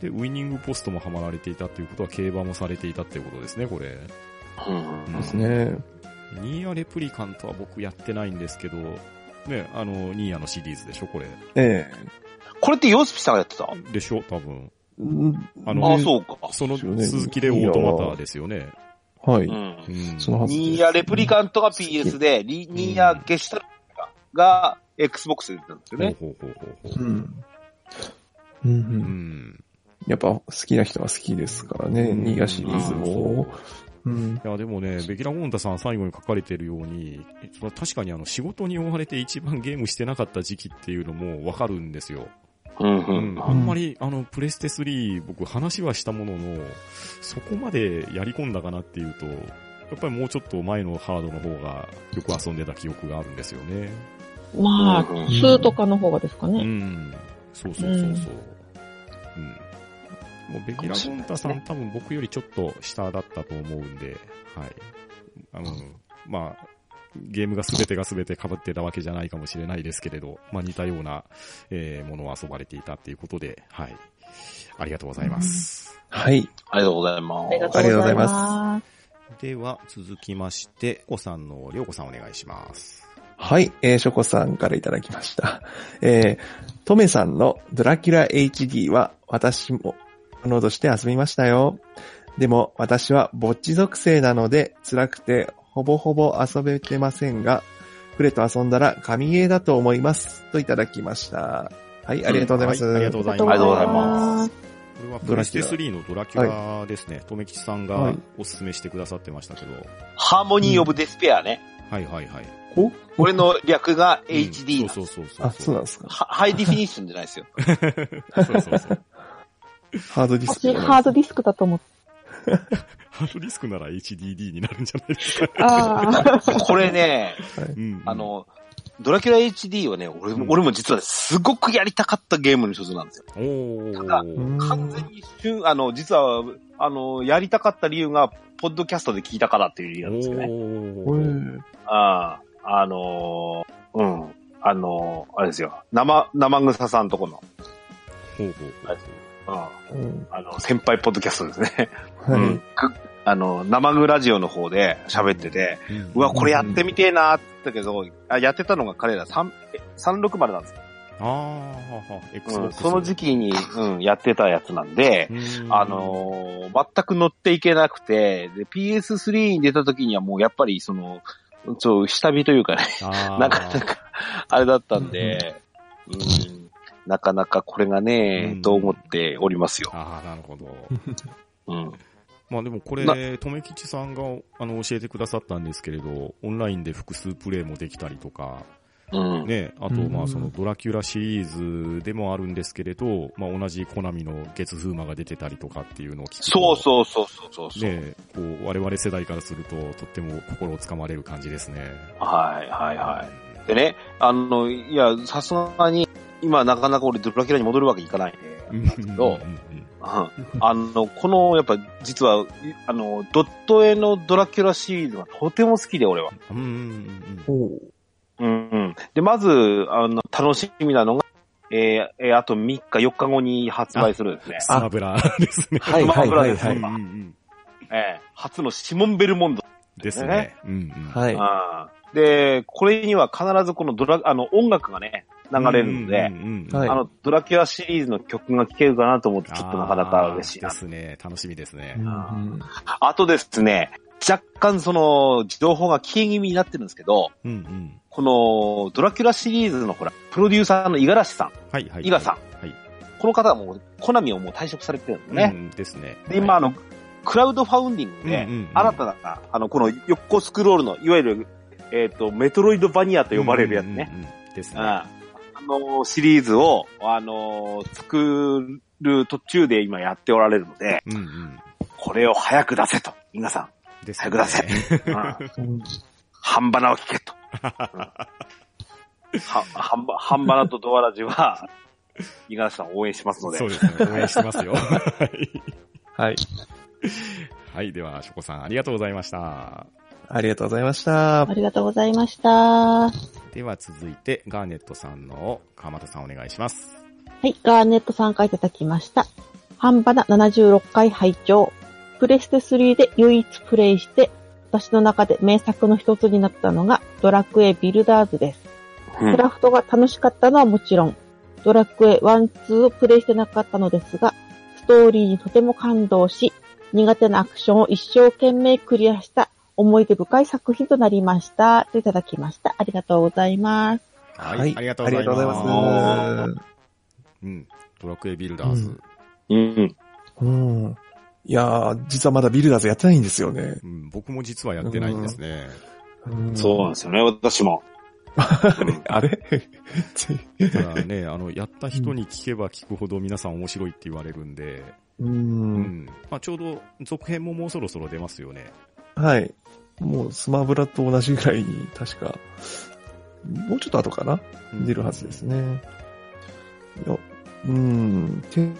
Speaker 3: で、ウィニングポストもハマられていたということは、競馬もされていたっていうことですね、これ。
Speaker 1: うんうん
Speaker 3: うん
Speaker 4: ですね。
Speaker 3: ニーヤレプリカントは僕やってないんですけど、ね、あの、ニーヤのシリーズでしょ、これ。
Speaker 4: え
Speaker 1: これってヨスピさんがやってた
Speaker 3: でしょ、多分。
Speaker 4: え。うん
Speaker 3: あ
Speaker 1: あ
Speaker 3: の
Speaker 1: あ、
Speaker 4: で
Speaker 1: そうか。。
Speaker 3: その
Speaker 4: ですよね
Speaker 3: 続きでオートマターですよね。
Speaker 4: はいう
Speaker 1: ん
Speaker 3: う。ん。
Speaker 4: そのはずです
Speaker 1: ニーヤレプリカントが PS で、リニーヤゲシュタルトが Xbox で出たんですよね。
Speaker 3: ほうほうほうほうほ
Speaker 4: う
Speaker 3: う。
Speaker 4: ん。うんう。
Speaker 3: うんん。
Speaker 4: やっぱ好きな人は好きですからね、
Speaker 3: うん
Speaker 4: ニーガシリーズも。うん。
Speaker 3: いや、でもね、ベキラ・ゴンタさん最後に書かれてるように、それは確かにあの、仕事に追われて一番ゲームしてなかった時期っていうのもわかるんですよ。
Speaker 1: うん
Speaker 3: う。
Speaker 1: うん
Speaker 3: あんまり、あの、プレステ3、僕話はしたものの、そこまでやり込んだかなっていうと、やっぱりもうちょっと前のハードの方がよく遊んでた記憶があるんですよね。
Speaker 2: まあ、
Speaker 1: うんうん
Speaker 2: 2とかの方がですか
Speaker 3: う
Speaker 2: ね。
Speaker 3: ん。そうそうそうそう。うん。もうベキラ・ゴンタさん多分僕よりちょっと下だったと思うんで、はい。あの、まあ、ゲームが全てが全て被ってたわけじゃないかもしれないですけれど、まあ似たような、えーものを遊ばれていたっていうことで、はい。ありがとうございます。
Speaker 4: はい。
Speaker 1: ありがとうございま
Speaker 2: あ
Speaker 1: す
Speaker 2: り。がとうございます。。
Speaker 3: では、続きまして、お子さんの、りょうこさんお願いします。
Speaker 4: はい、えー、ショコさんからいただきました。 [laughs] えー、トメさんのドラキュラ HD は私もダウンロードして遊びましたよ。でも私はぼっち属性なので辛くてほぼほぼ遊べてませんが、フレと遊んだら神ゲーだと思います。といただきました。はい、ありがとうございます。
Speaker 3: はいありがとうございます。
Speaker 1: ありがとうございます
Speaker 3: これはプレステ3のドラキュラですね。とめきちさん
Speaker 4: は
Speaker 3: が
Speaker 4: い
Speaker 3: おすすめしてくださってましたけど。は
Speaker 1: ハーモニー・オブ・デスペアね。
Speaker 3: いはいはい。
Speaker 4: お
Speaker 1: 俺の略が
Speaker 3: うん
Speaker 1: HD なんです
Speaker 3: そうそうそうそう。
Speaker 4: あ、そうなんですか。
Speaker 1: はハイディフィニッションじゃないですよ。
Speaker 3: そうそうそう。
Speaker 4: ハードディスクじゃ
Speaker 2: 私、
Speaker 4: ない。
Speaker 2: ハードディスクだと思って。
Speaker 3: ハードディスクなら HDD になるんじゃないです
Speaker 1: [laughs]
Speaker 3: か。
Speaker 2: ああ。
Speaker 1: これね、
Speaker 3: うん。
Speaker 1: あ、の、ドラキュラ HD はね、俺も、俺も実はねすごくやりたかったゲームの一つなんですよ。
Speaker 3: おー。
Speaker 1: ただ
Speaker 4: うん
Speaker 1: 完全に瞬、あの、実は、あの、やりたかった理由が、ポッドキャストで聞いたからっていう理由なんですよね。
Speaker 4: お
Speaker 3: おー。
Speaker 4: ー
Speaker 1: ああ、あのーうん。あのーあれですよ。生、生草さんとこの、
Speaker 3: ほうほうほう。
Speaker 1: うん。
Speaker 4: うん
Speaker 1: あの、先輩ポッドキャストですね。
Speaker 4: は
Speaker 1: う
Speaker 4: い
Speaker 1: ん。くあの、生グラジオの方で喋ってて、
Speaker 3: うん
Speaker 1: うわ、これやってみてえなーって言ったけど、あやってたのが彼ら3え360なんですよ、
Speaker 3: あーはは、
Speaker 1: うん
Speaker 3: Xbox。
Speaker 1: その時期に、うん、やってたやつなんで、
Speaker 3: うん、
Speaker 1: あのー全く乗っていけなくて、で、PS3 に出た時にはもうやっぱりその、ちょ、下火というかね、
Speaker 3: あー、
Speaker 1: なかなか、あれだったんで、うん、なかなかこれがね、
Speaker 3: うん
Speaker 1: と思っておりますよ。
Speaker 3: ああ、なるほど。 [laughs]
Speaker 1: うん。
Speaker 3: まあでもこ
Speaker 1: な
Speaker 3: れ、とめきちさんがあの教えてくださったんですけれど、オンラインで複数プレイもできたりとか、
Speaker 1: うん。
Speaker 3: ね、あと
Speaker 4: うん
Speaker 3: まあそのドラキュラシリーズでもあるんですけれど、まあ同じコナミの月風魔が出てたりとかっていうのを聞くと
Speaker 1: そうそうそうそうそうそう。
Speaker 3: ね、こう我々世代からするととっても心をつかまれる感じですね。
Speaker 1: はい、はい、はい。でね、あの、いや、さすがに、今なかなか俺ドラキュラに戻るわけいかないんで、
Speaker 3: うん。
Speaker 1: なんですけど
Speaker 3: う、んうん
Speaker 1: うんあの、この、やっぱ実は、あの、ドット絵のドラキュラシリーズがとても好きで、俺は。
Speaker 3: うんうん
Speaker 4: おー
Speaker 1: うんうん。で、まず、あの、楽しみなのが、えーえーあと3日、4日後に発売するですね。
Speaker 3: スマブラですね。
Speaker 4: はいはいはいは
Speaker 3: う
Speaker 4: い
Speaker 3: ん。うんうん
Speaker 1: えー初のシモンベルモンド。
Speaker 3: ですね。うんうん
Speaker 4: はい。
Speaker 1: あーで、これには必ずこのドラ、あの、音楽がね、流れるので、
Speaker 3: うんうんうん
Speaker 4: はい
Speaker 1: あの、ドラキュラシリーズの曲が聴けるかなと思って、ちょっとなかなか嬉しいな
Speaker 3: あーで。すね。楽しみですね。
Speaker 4: うん
Speaker 1: あとですね、若干その、情報が消え気味になってるんですけど、
Speaker 3: うんうん。
Speaker 1: この、ドラキュラシリーズのほら、プロデューサーの五十嵐さん、
Speaker 3: はいはい。
Speaker 1: 伊賀さん
Speaker 3: はい。
Speaker 1: この方はもう、コナミをもう退職されてるんです
Speaker 3: う
Speaker 1: ね。
Speaker 3: んですね。
Speaker 1: で、今、あ
Speaker 3: の、
Speaker 1: の、クラウドファウンディングで
Speaker 3: うんうんうん、
Speaker 1: 新たな、あの、この横スクロールの、いわゆる、えっ、と、メトロイドバニアと呼ばれるやつね。
Speaker 3: うんうんうん。です
Speaker 1: うん
Speaker 3: ね。
Speaker 1: あの、シリーズを、あの、作る途中で今やっておられるので、
Speaker 3: うんうん。
Speaker 1: これを早く出せと、皆さ
Speaker 3: です
Speaker 1: 早く出せ
Speaker 3: [laughs]
Speaker 1: ん。うん
Speaker 4: うん
Speaker 1: 半端なを聞けと。うんは半端半端なとドアラジは、五十嵐さん応援しますので。
Speaker 3: そうですね。応援してますよ。 [laughs] はい
Speaker 4: はい。
Speaker 3: はい。では、しょこさん、ありがとうございました。
Speaker 4: ありがとうございました
Speaker 2: あ。りがとうございました。
Speaker 3: では、続いて、ガーネットさんの、川又さんお願いします。
Speaker 2: はい、ガーネットさんからいただきました。半端な76回拝聴。プレステ3で唯一プレイして、私の中で名作の一つになったのが、ドラクエビルダーズです。
Speaker 1: うん
Speaker 2: クラフトが楽しかったのはもちろん、ドラクエ1、2をプレイしてなかったのですが、ストーリーにとても感動し、苦手なアクションを一生懸命クリアした思い出深い作品となりました。といただきました。ありがとうございます。
Speaker 3: はい
Speaker 4: はい
Speaker 3: ありがとうございます
Speaker 4: ありがとうございます
Speaker 3: うん。ドラクエビルダーズ。
Speaker 1: うん。
Speaker 4: うん。いやー、実はまだビルダーズやってないんですよね。
Speaker 3: うん、僕も実はやってないんですね。
Speaker 4: うん
Speaker 1: そうなんですよね、私も。うん
Speaker 4: [laughs] あれ [laughs] つい
Speaker 3: ただ
Speaker 4: [laughs]
Speaker 3: ね、あの、やった人に聞けば聞くほど皆さん面白いって言われるんで、
Speaker 4: う。
Speaker 3: うんん。まあ、ちょうど続編ももうそろそろ出ますよね。
Speaker 4: はい。もうスマブラと同じぐらいに、確か、もうちょっと後かな
Speaker 3: うん
Speaker 4: 出るはずですね。いやうん。天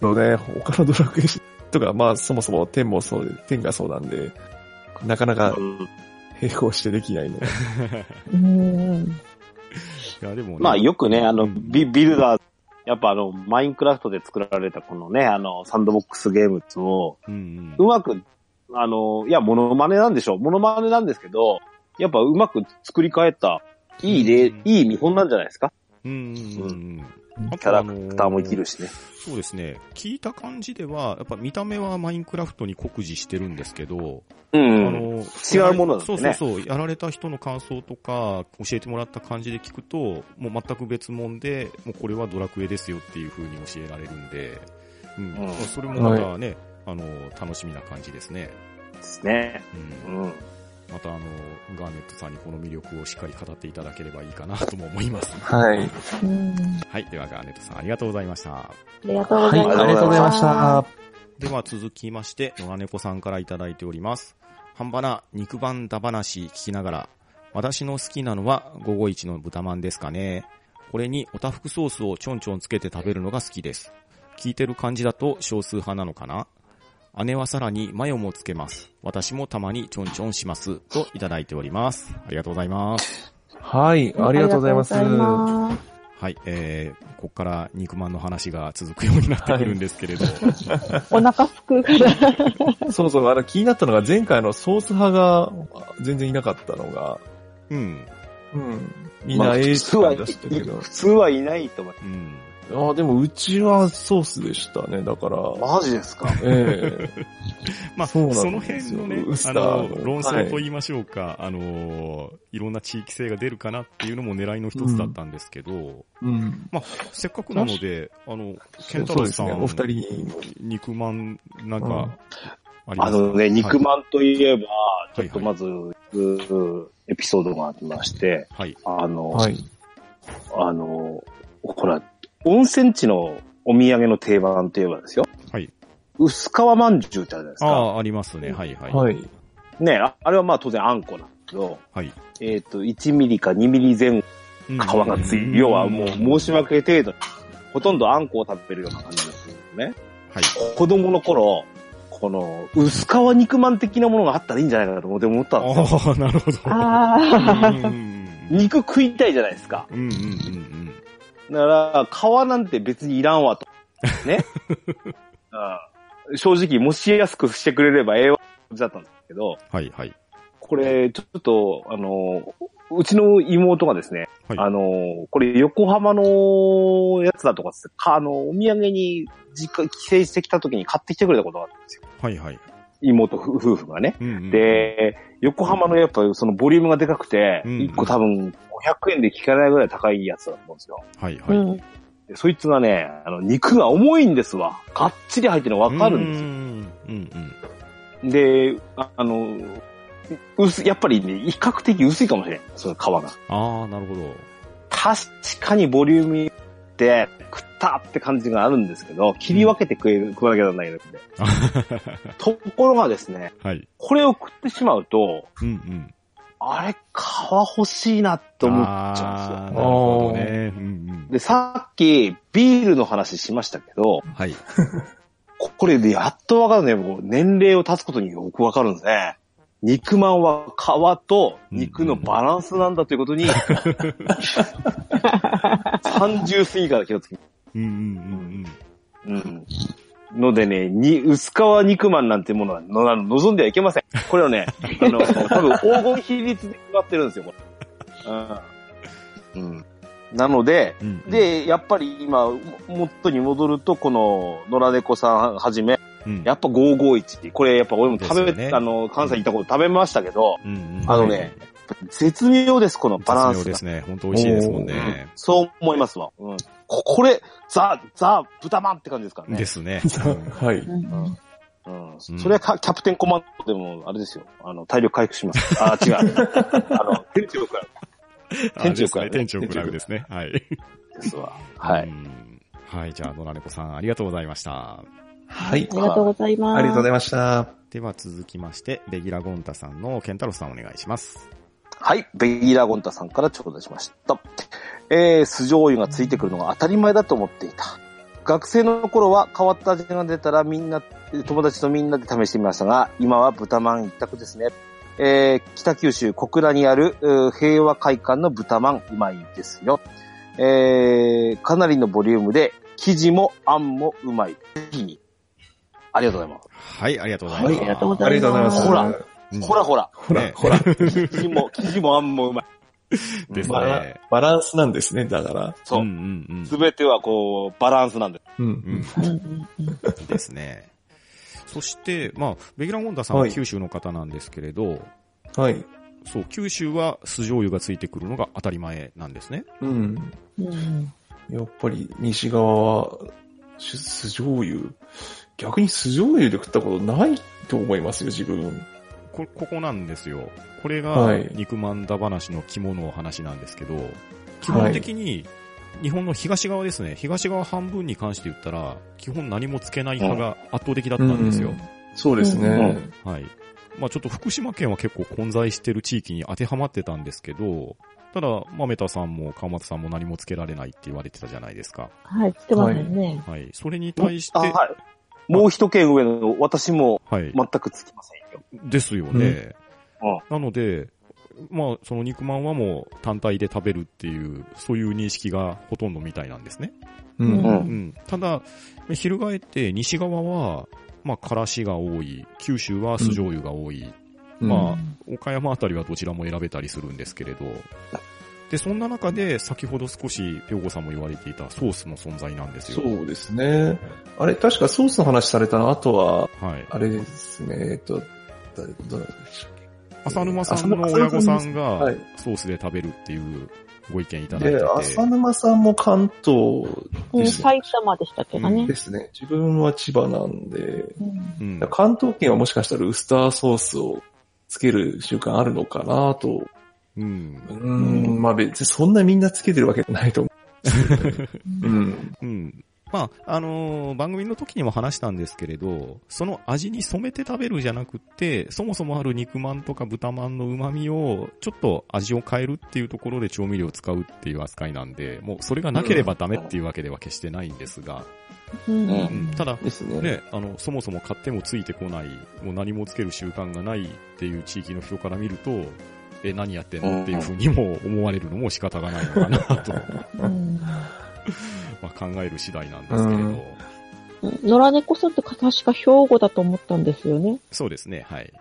Speaker 4: のね、他のドラクエとか、まあそもそも天もそうで、天がそうなんで、なかなか
Speaker 1: うん
Speaker 4: 並行してできないの。
Speaker 2: うーん。
Speaker 3: いや、でもね、
Speaker 1: まあよくね、あの、
Speaker 3: うん
Speaker 1: ビビルダー、やっぱあの、マインクラフトで作られたこのね、あの、サンドボックスゲームを、
Speaker 3: うん
Speaker 1: うまく、あの、いや、モノマネなんでしょう。モノマネなんですけど、やっぱうまく作り変えた、いい例、
Speaker 3: うん
Speaker 1: いい見本なんじゃないですか
Speaker 3: うん。うんうんうんうん。
Speaker 1: キャラクターも生きるしね。
Speaker 3: そうですね。聞いた感じでは、やっぱ見た目はマインクラフトに酷似してるんですけど、
Speaker 1: う
Speaker 3: あ
Speaker 1: ん。
Speaker 3: の、
Speaker 1: 違うものなん
Speaker 3: そ
Speaker 1: で
Speaker 3: う
Speaker 1: す
Speaker 3: そう
Speaker 1: ね。
Speaker 3: そう、やられた人の感想とか、教えてもらった感じで聞くと、もう全く別物で、もうこれはドラクエですよっていう風に教えられるんで、うん。
Speaker 1: うん
Speaker 3: それもまたね、あの、楽しみな感じですね。
Speaker 1: ですね。
Speaker 3: う。
Speaker 1: うんん。
Speaker 3: またあの、ガーネットさんにこの魅力をしっかり語っていただければいいかなとも思います。
Speaker 4: はい。
Speaker 2: うん
Speaker 3: はい。では、ガーネットさんありがとうございました。
Speaker 2: ありがとうございま
Speaker 1: は
Speaker 2: す。
Speaker 1: いありがとうございまし。
Speaker 3: では続きまして、野良猫さんからいただいております。半ばな肉版だ話聞きながら、私の好きなのは551の豚まんですかね。これにおたふくソースをちょんちょんつけて食べるのが好きです。聞いてる感じだと少数派なのかな姉はさらにマヨもつけます。私もたまにちょんちょんします。といただいております。ありがとうございます。
Speaker 4: はい、ありがとうございます。
Speaker 2: ありがとうございます
Speaker 3: はい、えー、こっから肉まんの話が続くようになってくるんですけれど。
Speaker 2: お腹すくから。
Speaker 4: そうそう、あの気になったのが前回のソース派が全然いなかったのが、
Speaker 3: うん、
Speaker 4: うん。みん
Speaker 1: ま
Speaker 4: な
Speaker 1: あ
Speaker 4: 英
Speaker 1: 普
Speaker 4: 知
Speaker 1: 通
Speaker 4: 感
Speaker 1: は、
Speaker 4: 出してたけど。
Speaker 1: 普通はいないと思う。
Speaker 3: うん。
Speaker 4: ああ、でもうちはソースでしたね、だから。
Speaker 1: マジですか
Speaker 4: ええ
Speaker 3: まあ、
Speaker 4: そう
Speaker 3: そ
Speaker 4: なんですよ
Speaker 3: の辺のね
Speaker 4: ウス、タ
Speaker 3: あ
Speaker 4: ーの
Speaker 3: の、論争と言いましょうか、あの、いろんな地域性が出るかなっていうのも狙いの一つだったんですけど、
Speaker 4: うん。
Speaker 3: まあ、せっかくなので、あの、ケンタ
Speaker 4: そ
Speaker 3: ロ
Speaker 4: う
Speaker 3: ウ
Speaker 4: です
Speaker 3: さ
Speaker 4: ね、
Speaker 3: ん、
Speaker 4: お二人に。
Speaker 3: 肉まん、なん
Speaker 4: うん
Speaker 3: か、ありま
Speaker 1: あ
Speaker 3: すか
Speaker 1: のね、肉まんといえば、
Speaker 3: い
Speaker 1: ちょっとまず、うーエピソードがありまして、
Speaker 3: はい。
Speaker 1: あの、
Speaker 4: はい。
Speaker 1: あの、ほら、温泉地のお土産の定番といえばですよ。
Speaker 3: はい。
Speaker 1: 薄皮まんじゅうってあるじゃないです
Speaker 3: あ
Speaker 1: か。
Speaker 3: あ、ありますね。はいはい。。
Speaker 4: はいい。
Speaker 1: ねああれはまあ当然あんこなんですけど、
Speaker 3: はい。
Speaker 1: えっ、と、1ミリか2ミリ前後
Speaker 3: 皮
Speaker 1: 皮がつい、要はもう申し訳程度に、ほとんどあんこを食べてるような感じですけどね。
Speaker 3: はい。
Speaker 1: 子供の頃、この、薄皮肉まん的なものがあったらいいんじゃないかと思って思ったんですよ。
Speaker 3: ああ、なる
Speaker 1: [laughs]
Speaker 3: ほど。
Speaker 2: あ
Speaker 3: うん
Speaker 1: 肉食いたいじゃないですか。
Speaker 3: うんうんうんうん
Speaker 1: だから、皮なんて別にいらんわと。
Speaker 3: [laughs]
Speaker 1: ね。うん、正直、もし安くしてくれればええわ、だったんですけど、
Speaker 3: はいはい。
Speaker 1: これ、ちょっと、あの、うちの妹がですね、
Speaker 3: はい
Speaker 1: あの、これ横浜のやつだとかっつってか、あの、お土産に実家、帰省してきた時に買ってきてくれたことがあったんですよ。
Speaker 3: はいはい。
Speaker 1: 妹夫夫婦がね。
Speaker 3: うんうん、
Speaker 1: で、横浜のやっぱそのボリュームがでかくて、
Speaker 3: うん
Speaker 1: 1個多分500円で効かないぐらい高いやつだと思うんですよ。
Speaker 3: はい
Speaker 2: ーう
Speaker 3: は
Speaker 2: ん。
Speaker 3: い。
Speaker 1: でそいつがね、あの、肉が重いんですわ。がっちり入ってるのわかるんですよ。
Speaker 3: うんうん
Speaker 1: で、ああの、薄い、やっぱりね、比較的薄いかもしれん。その皮が。
Speaker 3: ああ、なるほど。
Speaker 1: 確かにボリュームって、食ったって感じがあるんですけど、切り分けて食える、食わなきゃならないの
Speaker 3: [laughs]
Speaker 1: で。ところがですね、
Speaker 3: はい。
Speaker 1: これを食ってしまうと、
Speaker 3: うんうん。
Speaker 1: あれ、皮欲しいなって思っちゃうんですよ。
Speaker 3: あーなるほどね。うんうん。
Speaker 1: で、さっきビールの話しましたけど、
Speaker 3: はい。
Speaker 1: ここれでやっとわかるね。もう年齢を経つことによくわかるんですね。肉まんは皮と肉のバランスなんだということに、30過ぎから気をつけ
Speaker 3: うんうんうん
Speaker 1: うん。のでね、に、薄皮肉まんなんてものはのあの望んではいけません。これはね、あの、多分黄金比率で決まってるんですよ、これ。うん。うん。なので、
Speaker 3: うん。うん、
Speaker 1: で、やっぱり今、も元に戻ると、この、野良猫さんはじめ、
Speaker 3: うん、
Speaker 1: やっぱ551、これやっぱ俺も食べ、
Speaker 3: ですよね
Speaker 1: あの、関西行ったこと食べましたけど、
Speaker 3: うんうん、
Speaker 1: あのね、絶妙です、このバランス
Speaker 3: 絶妙
Speaker 1: が
Speaker 3: で。すね。本当美味しいですもんね。
Speaker 1: そう思いますわ。うん。ここれ、ザ、ザ、豚まんって感じですからね。
Speaker 3: ですね。 [laughs]
Speaker 4: はい。
Speaker 1: うんそれはかキャプテンコマンドでも、あれですよ。あの、体力回復します。あ
Speaker 3: [laughs]
Speaker 1: ー、違う。あの、天地を食らう
Speaker 3: あ
Speaker 1: 天地を食らう
Speaker 3: ですね天地を食らうですね。はい。
Speaker 1: ですわ。は
Speaker 3: う
Speaker 1: い。
Speaker 3: ん。はい。じゃあ、野良猫さん、ありがとうございました。
Speaker 4: はい
Speaker 2: あ。りがとうございます。
Speaker 4: ありがとうござ
Speaker 2: い
Speaker 4: いました。
Speaker 3: では続きまして、レギュラゴンタさんのケンタロウさんお願いします。
Speaker 1: はい。ベギーラゴンタさんから頂戴しました。えー、酢醤油がついてくるのが当たり前だと思っていた。学生の頃は変わった味が出たらみんな、友達とみんなで試してみましたが、今は豚まん一択ですね。えー、北九州小倉にある、えー平和会館の豚まん、うまいですよ。えー、かなりのボリュームで、生地もあんもうまい。ぜひに。ありがとうございます。
Speaker 3: はい、ありがとうござい
Speaker 2: ま。
Speaker 3: ますす。
Speaker 2: ありがとうご
Speaker 4: あ
Speaker 2: ざ
Speaker 4: り
Speaker 2: い
Speaker 4: がとうござい
Speaker 2: ま。
Speaker 4: ますす。
Speaker 1: ほら
Speaker 3: うん
Speaker 1: ほらほら。
Speaker 4: ほら、
Speaker 3: ね
Speaker 4: ほら。
Speaker 1: 生地も、生地もあんもうまい。
Speaker 3: です
Speaker 4: バラ
Speaker 3: ね。
Speaker 4: バランスなんですね、だから。
Speaker 1: そうう。
Speaker 3: んうんうん。
Speaker 1: すべてはこう、バランスなんで。
Speaker 4: う
Speaker 3: うんん。
Speaker 2: うんうんうん
Speaker 3: です
Speaker 4: [laughs]
Speaker 3: ね。そして、まあ、ベギラゴンタさん
Speaker 4: は
Speaker 3: はい九州の方なんですけれど、
Speaker 4: はい。
Speaker 3: そう、九州は酢醤油がついてくるのが当たり前なんですね。
Speaker 4: うん。
Speaker 2: うん
Speaker 4: やっぱり西側は、し酢醤油。逆に酢醤油で食ったことないと思いますよ、自分。
Speaker 3: こ、ここなんですよ。これが
Speaker 4: はい、
Speaker 3: 肉まんだ話の肝のお話なんですけど、基
Speaker 4: は
Speaker 3: 本
Speaker 4: い。
Speaker 3: 的に、日本の東側ですね。東側半分に関して言ったら、基本何もつけない派が圧倒的だったんですよ。
Speaker 4: うんそうですね。
Speaker 3: はい。まあちょっと福島県は結構混在してる地域に当てはまってたんですけど、ただ、まめたさんも川又さんも何もつけられないって言われてたじゃないですか。
Speaker 2: はい、来てませんね。
Speaker 3: はい。それに対して、
Speaker 1: あ、
Speaker 3: は
Speaker 1: はい。もう一軒上の私も
Speaker 3: い。
Speaker 1: 全くつきませんよ。
Speaker 3: ですよ
Speaker 1: う
Speaker 3: ね。
Speaker 1: ん
Speaker 3: なので、まあその肉まんはもう単体で食べるっていう、そういう認識がほとんどみたいなんですね。
Speaker 4: う
Speaker 2: うん
Speaker 4: ん。
Speaker 1: うん
Speaker 3: うん。ただ、翻って西側は、まあ、からしが多い。九州は酢醤油が多い。
Speaker 4: うん
Speaker 3: まあ岡山あたりはどちらも選べたりするんですけれど、で、そんな中で先ほど少しペオゴさんも言われていたソースの存在なんですよ。
Speaker 4: そうですね。あれ、確かソースの話されたの、あとは、
Speaker 3: はい。
Speaker 4: あれですね、えっと、誰、どなたでしたっ
Speaker 3: 浅沼さん
Speaker 4: 浅沼
Speaker 3: の親御さん
Speaker 4: は
Speaker 3: が
Speaker 4: い
Speaker 3: ソースで食べるっていうご意見いただい
Speaker 4: け
Speaker 3: て
Speaker 4: で、
Speaker 3: て。
Speaker 4: 浅沼さんも関東
Speaker 2: うん
Speaker 4: ですね
Speaker 2: 埼玉でしたっけどね
Speaker 4: で。すね。自分は千葉なんで、
Speaker 2: うん
Speaker 3: うん。
Speaker 4: 関東圏はもしかしたらウスターソースをつける習慣あるのかなと。
Speaker 3: うん
Speaker 4: うーん、まあ別にそんなみんなつけてるわけじゃないと思う。うん。
Speaker 3: うん。まあ、あのー番組の時にも話したんですけれど、その味に染めて食べるじゃなくって、そもそもある肉まんとか豚まんの旨味を、ちょっと味を変えるっていうところで調味料を使うっていう扱いなんで、もうそれがなければダメっていうわけでは決してないんですが、
Speaker 2: うん
Speaker 1: う
Speaker 3: うん、ただ、
Speaker 4: ですね。
Speaker 3: ね、あの、そもそも買ってもついてこない、もう何もつける習慣がないっていう地域の人から見ると、え、何やってんのっていうふうにも思われるのも仕方がないのかなと、
Speaker 2: うん
Speaker 3: まあ、考える次第なんですけれど、
Speaker 4: うん
Speaker 2: 野良猫さんって確か兵庫だと思ったんですよね。
Speaker 3: そうですね、はい。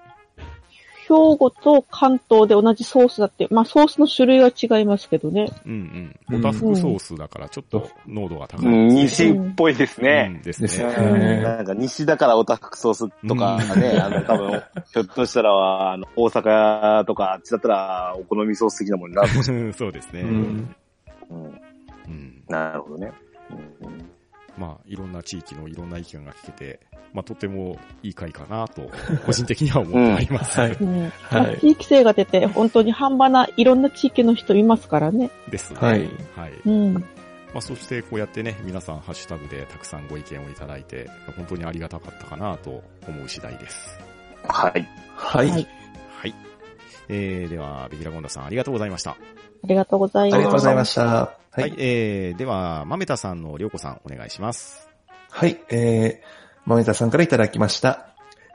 Speaker 2: 兵庫と関東で同じソースだって、まあソースの種類は違いますけどね。
Speaker 3: うんう。
Speaker 4: うんん
Speaker 3: オタフクソースだからちょっと濃度が高い、
Speaker 1: うん、西っぽいですね。
Speaker 3: うんです
Speaker 4: です
Speaker 3: ね。
Speaker 1: うん
Speaker 4: ね。
Speaker 1: なんか西だからオタフクソースとかね、あの多分、ひょっとしたら、あの、大阪とかあっちだったらお好みソース的なもんになる。
Speaker 3: [laughs] そうですね、
Speaker 4: う
Speaker 3: うん
Speaker 4: ん。
Speaker 1: うんなるほどね。うん
Speaker 3: まあ、いろんな地域のいろんな意見が聞けて、まあ、とてもいい回かなと、個人的には思っております。
Speaker 4: はい。
Speaker 2: うん
Speaker 4: はい
Speaker 2: 地域性が出て、本当に半端ないろんな地域の人いますからね。
Speaker 3: ですね。
Speaker 4: はい
Speaker 3: はい。
Speaker 2: うん。
Speaker 3: まあ、そしてこうやってね、皆さんハッシュタグでたくさんご意見をいただいて、本当にありがたかったかなと思う次第です。
Speaker 1: はい。
Speaker 4: は
Speaker 2: はいい。
Speaker 3: はい。えー、では、ビキラゴンダさんありがとうございました。
Speaker 2: ありがとうございま
Speaker 4: ありが
Speaker 2: す
Speaker 4: とうございました。は
Speaker 3: はい、
Speaker 4: い。
Speaker 3: えー、では、まめたさんのりょうこさんお願いします。
Speaker 4: はい。えー、豆田さんからいただきました。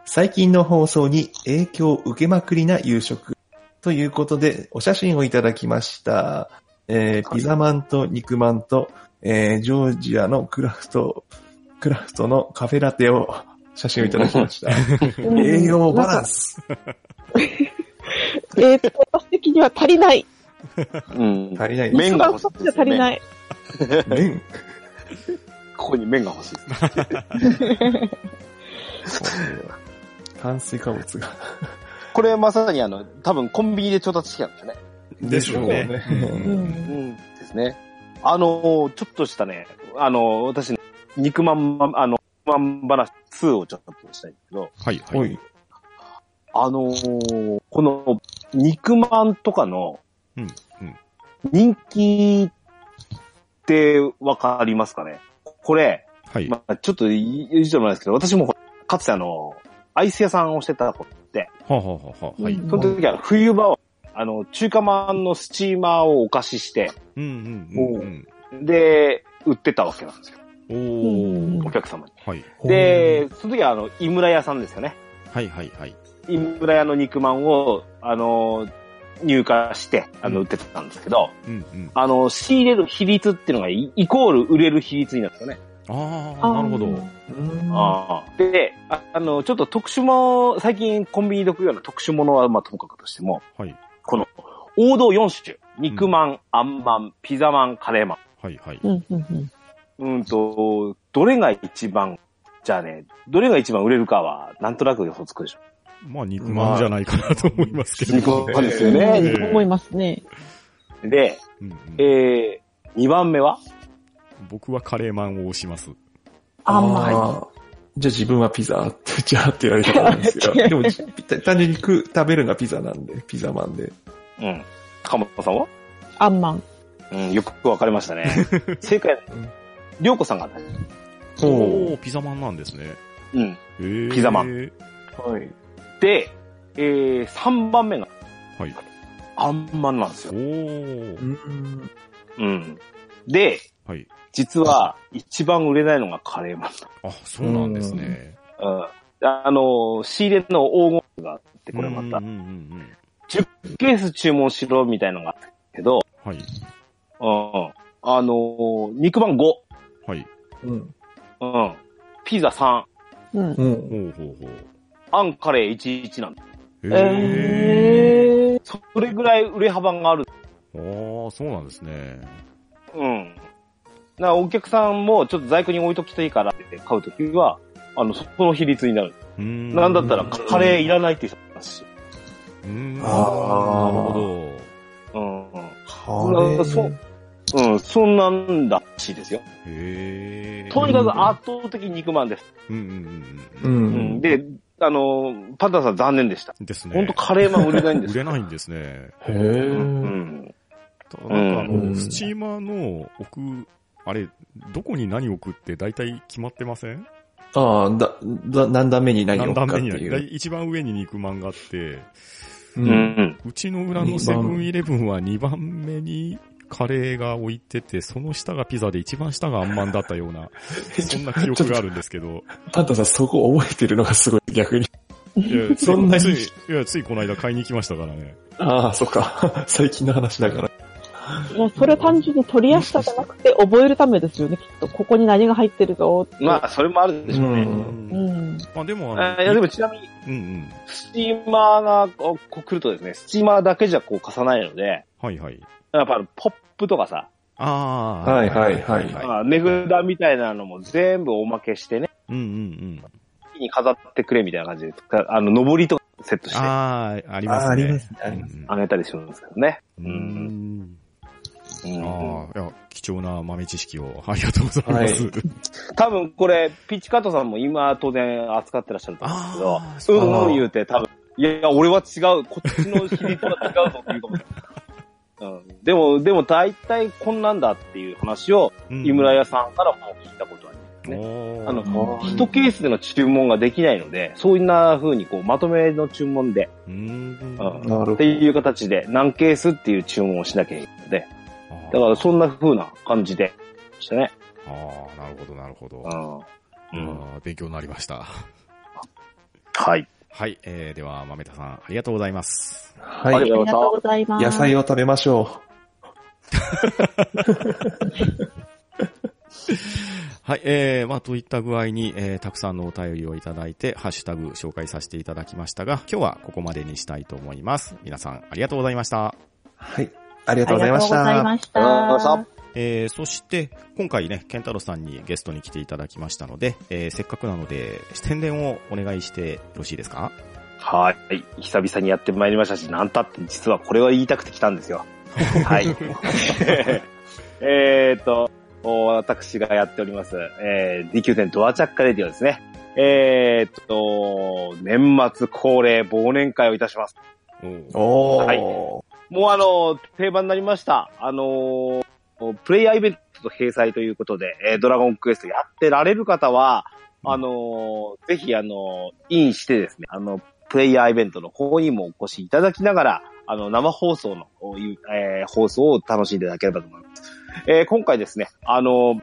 Speaker 4: 最近の放送に影響を受けまくりな夕食。ということで、お写真をいただきました。えー、ピザマンと肉まんと、えー、ジョージアのクラフト、クラフトのカフェラテを写真をいただきました。
Speaker 2: うん
Speaker 4: 栄養バランス。
Speaker 2: えーと、私的には足りない。
Speaker 1: うん。
Speaker 4: 足りないです。
Speaker 1: 麺が欲しい
Speaker 2: 一番二つじゃ足りない。
Speaker 4: 麺。
Speaker 1: ここに麺が欲しいですね。
Speaker 4: 炭水化物が。
Speaker 1: これまさにあの、多分コンビニで調達してきたんですよね。
Speaker 3: でしょうね
Speaker 4: でし
Speaker 3: う
Speaker 4: ょうね
Speaker 2: うん。
Speaker 1: ん。ですね。あのー、ちょっとしたね、あのー、私の肉まんま、あの、まん話2をちょっとしたいんですけど、
Speaker 3: はい、
Speaker 4: お
Speaker 3: はい。
Speaker 4: い。
Speaker 1: あのー、この肉まんとかの
Speaker 3: うん、うん。
Speaker 1: 人気ってわかりますかねこれ、
Speaker 3: はい。
Speaker 1: まあ、ちょっと言う人もないですけど、私もかつてあの、アイス屋さんをしてたことって、
Speaker 3: はあ、はあはあはあ、はい。
Speaker 2: う
Speaker 1: その時は冬場を、あの、中華まんのスチーマーをお貸しして、
Speaker 3: うん、うん、
Speaker 1: で、売ってたわけなんですよ。
Speaker 3: うん。うん。おー。
Speaker 1: お客様に。
Speaker 3: はい。
Speaker 1: で、その時はあの、井村屋さんですよね。
Speaker 3: はい、はい、はい。
Speaker 1: 井村屋の肉まんを、あの、入荷して、あ
Speaker 3: う
Speaker 1: の、
Speaker 3: ん
Speaker 1: 売ってたんですけど、
Speaker 3: うん、うん。
Speaker 1: あの、仕入れる比率っていうのがイ、イコール売れる比率になるんですよね。
Speaker 3: あ
Speaker 2: あ
Speaker 3: あ、
Speaker 2: ー
Speaker 3: なるほど。
Speaker 1: あ
Speaker 4: あ
Speaker 1: あで、ああの、ちょっと特殊も、最近コンビニで置くような特殊ものは、まあ、ともかくとしても、
Speaker 3: はい、
Speaker 1: この、王道4種、肉まん、あんまん、ピザまん、カレーまん。
Speaker 3: はい、はい。
Speaker 2: うん、うん、うん。
Speaker 1: うんと、どれが一番、じゃあね、どれが一番売れるかは、なんとなく予想つくでしょ。
Speaker 3: まあ、肉まんじゃないかなと思いますけど。
Speaker 1: 肉まんですよ
Speaker 2: う
Speaker 1: ね。
Speaker 2: ん思いますね。
Speaker 1: で、
Speaker 3: うんうん
Speaker 1: えー、2番目は
Speaker 3: 僕はカレーマンを押します。
Speaker 2: あんまり。
Speaker 4: あーじゃあ自分はピザって、じゃあって言われたことなんですけど。でも、単純に食う食べるのがピザなんで、ピザマンで。
Speaker 1: うん。かもさんは
Speaker 2: あんまん。
Speaker 1: うん、よくわかりました [laughs] ね。正解
Speaker 4: うん、
Speaker 1: りょうこさんが、
Speaker 3: おー、ピザマンなんですね。
Speaker 1: うん。
Speaker 3: えー、
Speaker 1: ピザマン
Speaker 3: ン。
Speaker 4: はい。
Speaker 1: で、えー、3番目が、
Speaker 3: はい。
Speaker 1: あんまんなんです
Speaker 3: お
Speaker 1: よ。
Speaker 3: ー。
Speaker 1: うん。で、
Speaker 3: はい。
Speaker 1: 実は、一番売れないのがカレーマン。
Speaker 3: あ、そうなんですね。
Speaker 1: うん。あの、仕入れの黄金があって、これま
Speaker 3: う
Speaker 1: た
Speaker 3: ん、うんうんうん。
Speaker 1: ケース注文しろみたいなのがあったけど、
Speaker 3: は
Speaker 1: う
Speaker 3: い。
Speaker 1: ん。あの、肉まん5、
Speaker 3: はい。
Speaker 4: うん。
Speaker 1: うん。ピザ3、
Speaker 2: うん。
Speaker 4: うん
Speaker 3: ほ。うほうほう。
Speaker 1: あんカレー11なんだ。
Speaker 3: えー。
Speaker 2: えー
Speaker 1: それぐらい売れ幅がある。
Speaker 3: あー、そうなんですね。
Speaker 1: うん。だからお客さんもちょっと在庫に置いときたいからって買うときは、あの、そこの比率になる。
Speaker 3: うーん
Speaker 1: なんだったらカレーいらないっていう人もいますし。
Speaker 3: うーん。
Speaker 4: あー
Speaker 3: なるほど。
Speaker 1: うん。
Speaker 4: カ
Speaker 1: うんそう。うん、そんなんだらしいですよ。
Speaker 3: へえ。
Speaker 1: とにかく圧倒的に肉まんです。
Speaker 3: うんうんう
Speaker 4: う。
Speaker 3: ん
Speaker 1: うんん。で、あの、パンダさん残念でした。
Speaker 3: ん。ですね。
Speaker 1: 本当カレーマン売れないんです
Speaker 3: 売れないんですね。
Speaker 4: へ
Speaker 1: [laughs] う
Speaker 4: ぇ
Speaker 1: ん。
Speaker 3: なんかあ
Speaker 4: う
Speaker 3: の、
Speaker 4: ん
Speaker 3: スチーマーの置く、あれ、どこに何置くって大体決まってません
Speaker 4: ああ、だ、だ、何段目に何
Speaker 3: 何
Speaker 4: を置
Speaker 3: 段
Speaker 4: くかっ
Speaker 3: 目
Speaker 4: て
Speaker 3: にないる
Speaker 4: う。
Speaker 3: 一番上に肉まんがあって、
Speaker 1: う
Speaker 4: う。
Speaker 1: んん。
Speaker 3: うちの裏のセブンイレブンは2番目にカレーが置いてて、その下がピザで一番下があんまんだったよ
Speaker 1: [laughs]
Speaker 3: うな、そんな記憶があるんですけど、
Speaker 4: パンタさんそこ覚えてるのがすごい、逆に。
Speaker 3: いやつい
Speaker 4: そんなに
Speaker 3: つい、いや、ついこの間買いに行きましたからね。
Speaker 4: ああ、そっか。最近の話だから。
Speaker 2: いやそれは単純に取りやすさじゃなくて、覚えるためですよね、きっと。ここに何が入ってるぞって。
Speaker 1: まあ、それもあるでしょうね。
Speaker 2: う
Speaker 3: ま
Speaker 2: ん。
Speaker 3: あでも、
Speaker 1: あ
Speaker 3: あ
Speaker 1: いや、で
Speaker 3: の、
Speaker 1: もちなみに、
Speaker 3: うんうん。
Speaker 1: スチーマーがこうこう来るとですね、スチーマーだけじゃこう貸さないので、
Speaker 3: はいはい。
Speaker 1: やっぱあのポップとかさ、
Speaker 3: ああ。
Speaker 4: はいはいはい
Speaker 1: まあ値札みたいなのも全部おまけしてね、
Speaker 3: うんうんうん。
Speaker 1: 木に飾ってくれみたいな感じで、かあの、上りとかセットして
Speaker 3: ああ、ありますね。
Speaker 4: あーありますねありま
Speaker 1: あげたりするんですけどね。
Speaker 3: う。
Speaker 1: うんうん
Speaker 3: ああ、いや、貴重な豆知識をありがとうございます。
Speaker 4: は
Speaker 1: 多分これ、ピッチカートさんも今当然扱ってらっしゃると思うん
Speaker 3: あ
Speaker 1: で
Speaker 3: ー
Speaker 1: すけ
Speaker 3: そう
Speaker 1: ど、
Speaker 4: か
Speaker 1: うんうん言うて多分、いやいや、俺は違う、こっちの比率は違うぞって言うかもしれない。うん、でも、でも大体こんなんだっていう話を、井村屋さんからも聞いたことあります。
Speaker 3: んね
Speaker 1: あの
Speaker 4: あー
Speaker 1: 一ケースでの注文ができないので、そんな風にこう、まとめの注文で、
Speaker 3: うん。
Speaker 1: うん
Speaker 4: なる
Speaker 1: っていう形で、何ケースっていう注文をしなきゃいけないので、だからそんな風な感じでしたね。
Speaker 3: あーなるほど、なるほど。
Speaker 1: う。
Speaker 3: うん
Speaker 1: うん。
Speaker 3: ん勉強になりました。
Speaker 1: はい。
Speaker 3: はい、えー、では、豆田さん、ありがとうございます。
Speaker 4: はい。
Speaker 1: あり
Speaker 2: あ
Speaker 1: が
Speaker 2: りがとうございます。
Speaker 4: 野菜を食べましょ
Speaker 3: はい、えー、まあ、といった具合に、えー、たくさんのお便りをいただいて、ハッシュタグ紹介させていただきましたが、今日はここまでにしたいと思います。皆さん、ありがとうございました。
Speaker 4: う。はい。ありが
Speaker 2: あ
Speaker 4: とう
Speaker 2: りが
Speaker 4: ございま
Speaker 2: とう
Speaker 4: し
Speaker 2: ござい
Speaker 4: た。
Speaker 2: ました。
Speaker 1: ありがとうございま
Speaker 3: えー、そして、今回ね、ケンタロウさんにゲストに来ていただきましたので、えー、せっかくなので、宣伝をお願いしてよろしいですか
Speaker 1: はい。久々にやってまいりましたし、なんたって実はこれは言いたくて来たんです [laughs] よ。はい。えーっと、私がやっております、えー、DQ 店ドアチャッカレディオですね。えーっと、年末恒例忘年会をいたします。
Speaker 4: おー。
Speaker 1: はいもうあの、定番になりました。あのープレイヤーイベントと掲載ということで、えードラゴンクエストやってられる方は、あのーぜひあのーインしてですね、あの、プレイヤーイベントの方にもお越しいただきながら、あの、生放送の、おいうえー放送を楽しんでいただければと思います。えー今回ですね、あのー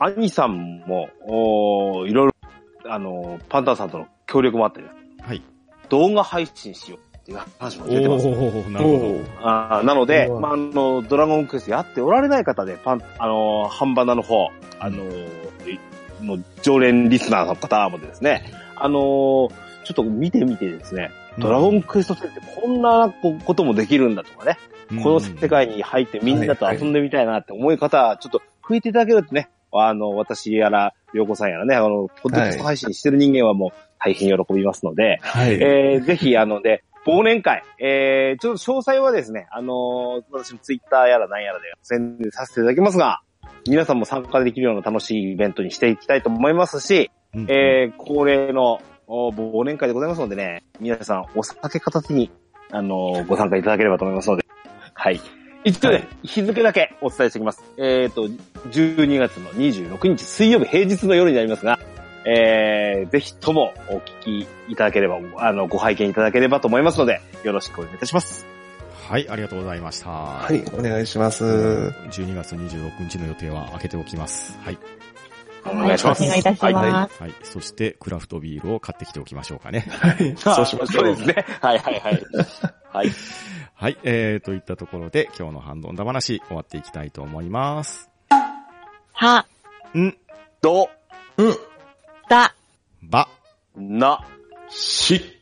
Speaker 1: アニさんも、おーいろいろ、あのーパンタンさんとの協力もあってですね
Speaker 3: はい。
Speaker 1: 動画配信しようっていう話も出てます。
Speaker 3: ー、なるほ
Speaker 4: お
Speaker 3: ど。
Speaker 4: ー。
Speaker 1: あーなので、
Speaker 4: うん
Speaker 1: まあ、あの、ドラゴンクエストやっておられない方で、パン、あの、ハンバナの方、あの、いもう常連リスナーの方もですね、あの、ちょっと見てみてですね、ドラゴンクエスト10ってこんなここともできるんだとかね、
Speaker 3: うん、
Speaker 1: この世界に入ってみんなと遊んでみたいなって思い方、ちょっと増えていただけるとね、あの、私やら、洋子さんやらね、あの、ポッドキャスト配信してる人間はもう大変喜びますので、
Speaker 4: はい。
Speaker 1: えーぜひ、あのね、忘年会、えーちょっと詳細はですね、あのー私もツイッターやらなんやらで宣伝させていただきますが、皆さんも参加できるような楽しいイベントにしていきたいと思いますし、
Speaker 3: うん、
Speaker 1: えー恒例のお忘年会でございますのでね、皆さんお酒片手に、あのーご参加いただければと思いますので、はい。一応ね、
Speaker 4: はい
Speaker 1: 日付だけお伝えしておきます。えっ、と、12月の26日水曜日平日の夜になりますが、えー、ぜひともお聞きいただければ、あの、ご拝見いただければと思いますので、よろしくお願いいたします。
Speaker 3: はい、ありがとうございました。は
Speaker 4: はい、お願いします。
Speaker 3: 12月26日の予定は開けておきます。はい。
Speaker 1: お願いします。
Speaker 2: お願いいたします。
Speaker 1: は
Speaker 3: はい。そして、クラフトビールを買ってきておきましょうかね。 [laughs]
Speaker 4: はい、そうしましょ
Speaker 1: そう
Speaker 4: う
Speaker 1: で。すね。はいはい [laughs] はい。はい。
Speaker 3: はい。えー、といったところで、今日のハンドンダ話、終わっていきたいと思います。
Speaker 2: は、
Speaker 3: ん、
Speaker 1: ど、
Speaker 4: うん。
Speaker 2: だ、
Speaker 3: ば。
Speaker 1: な、
Speaker 4: し。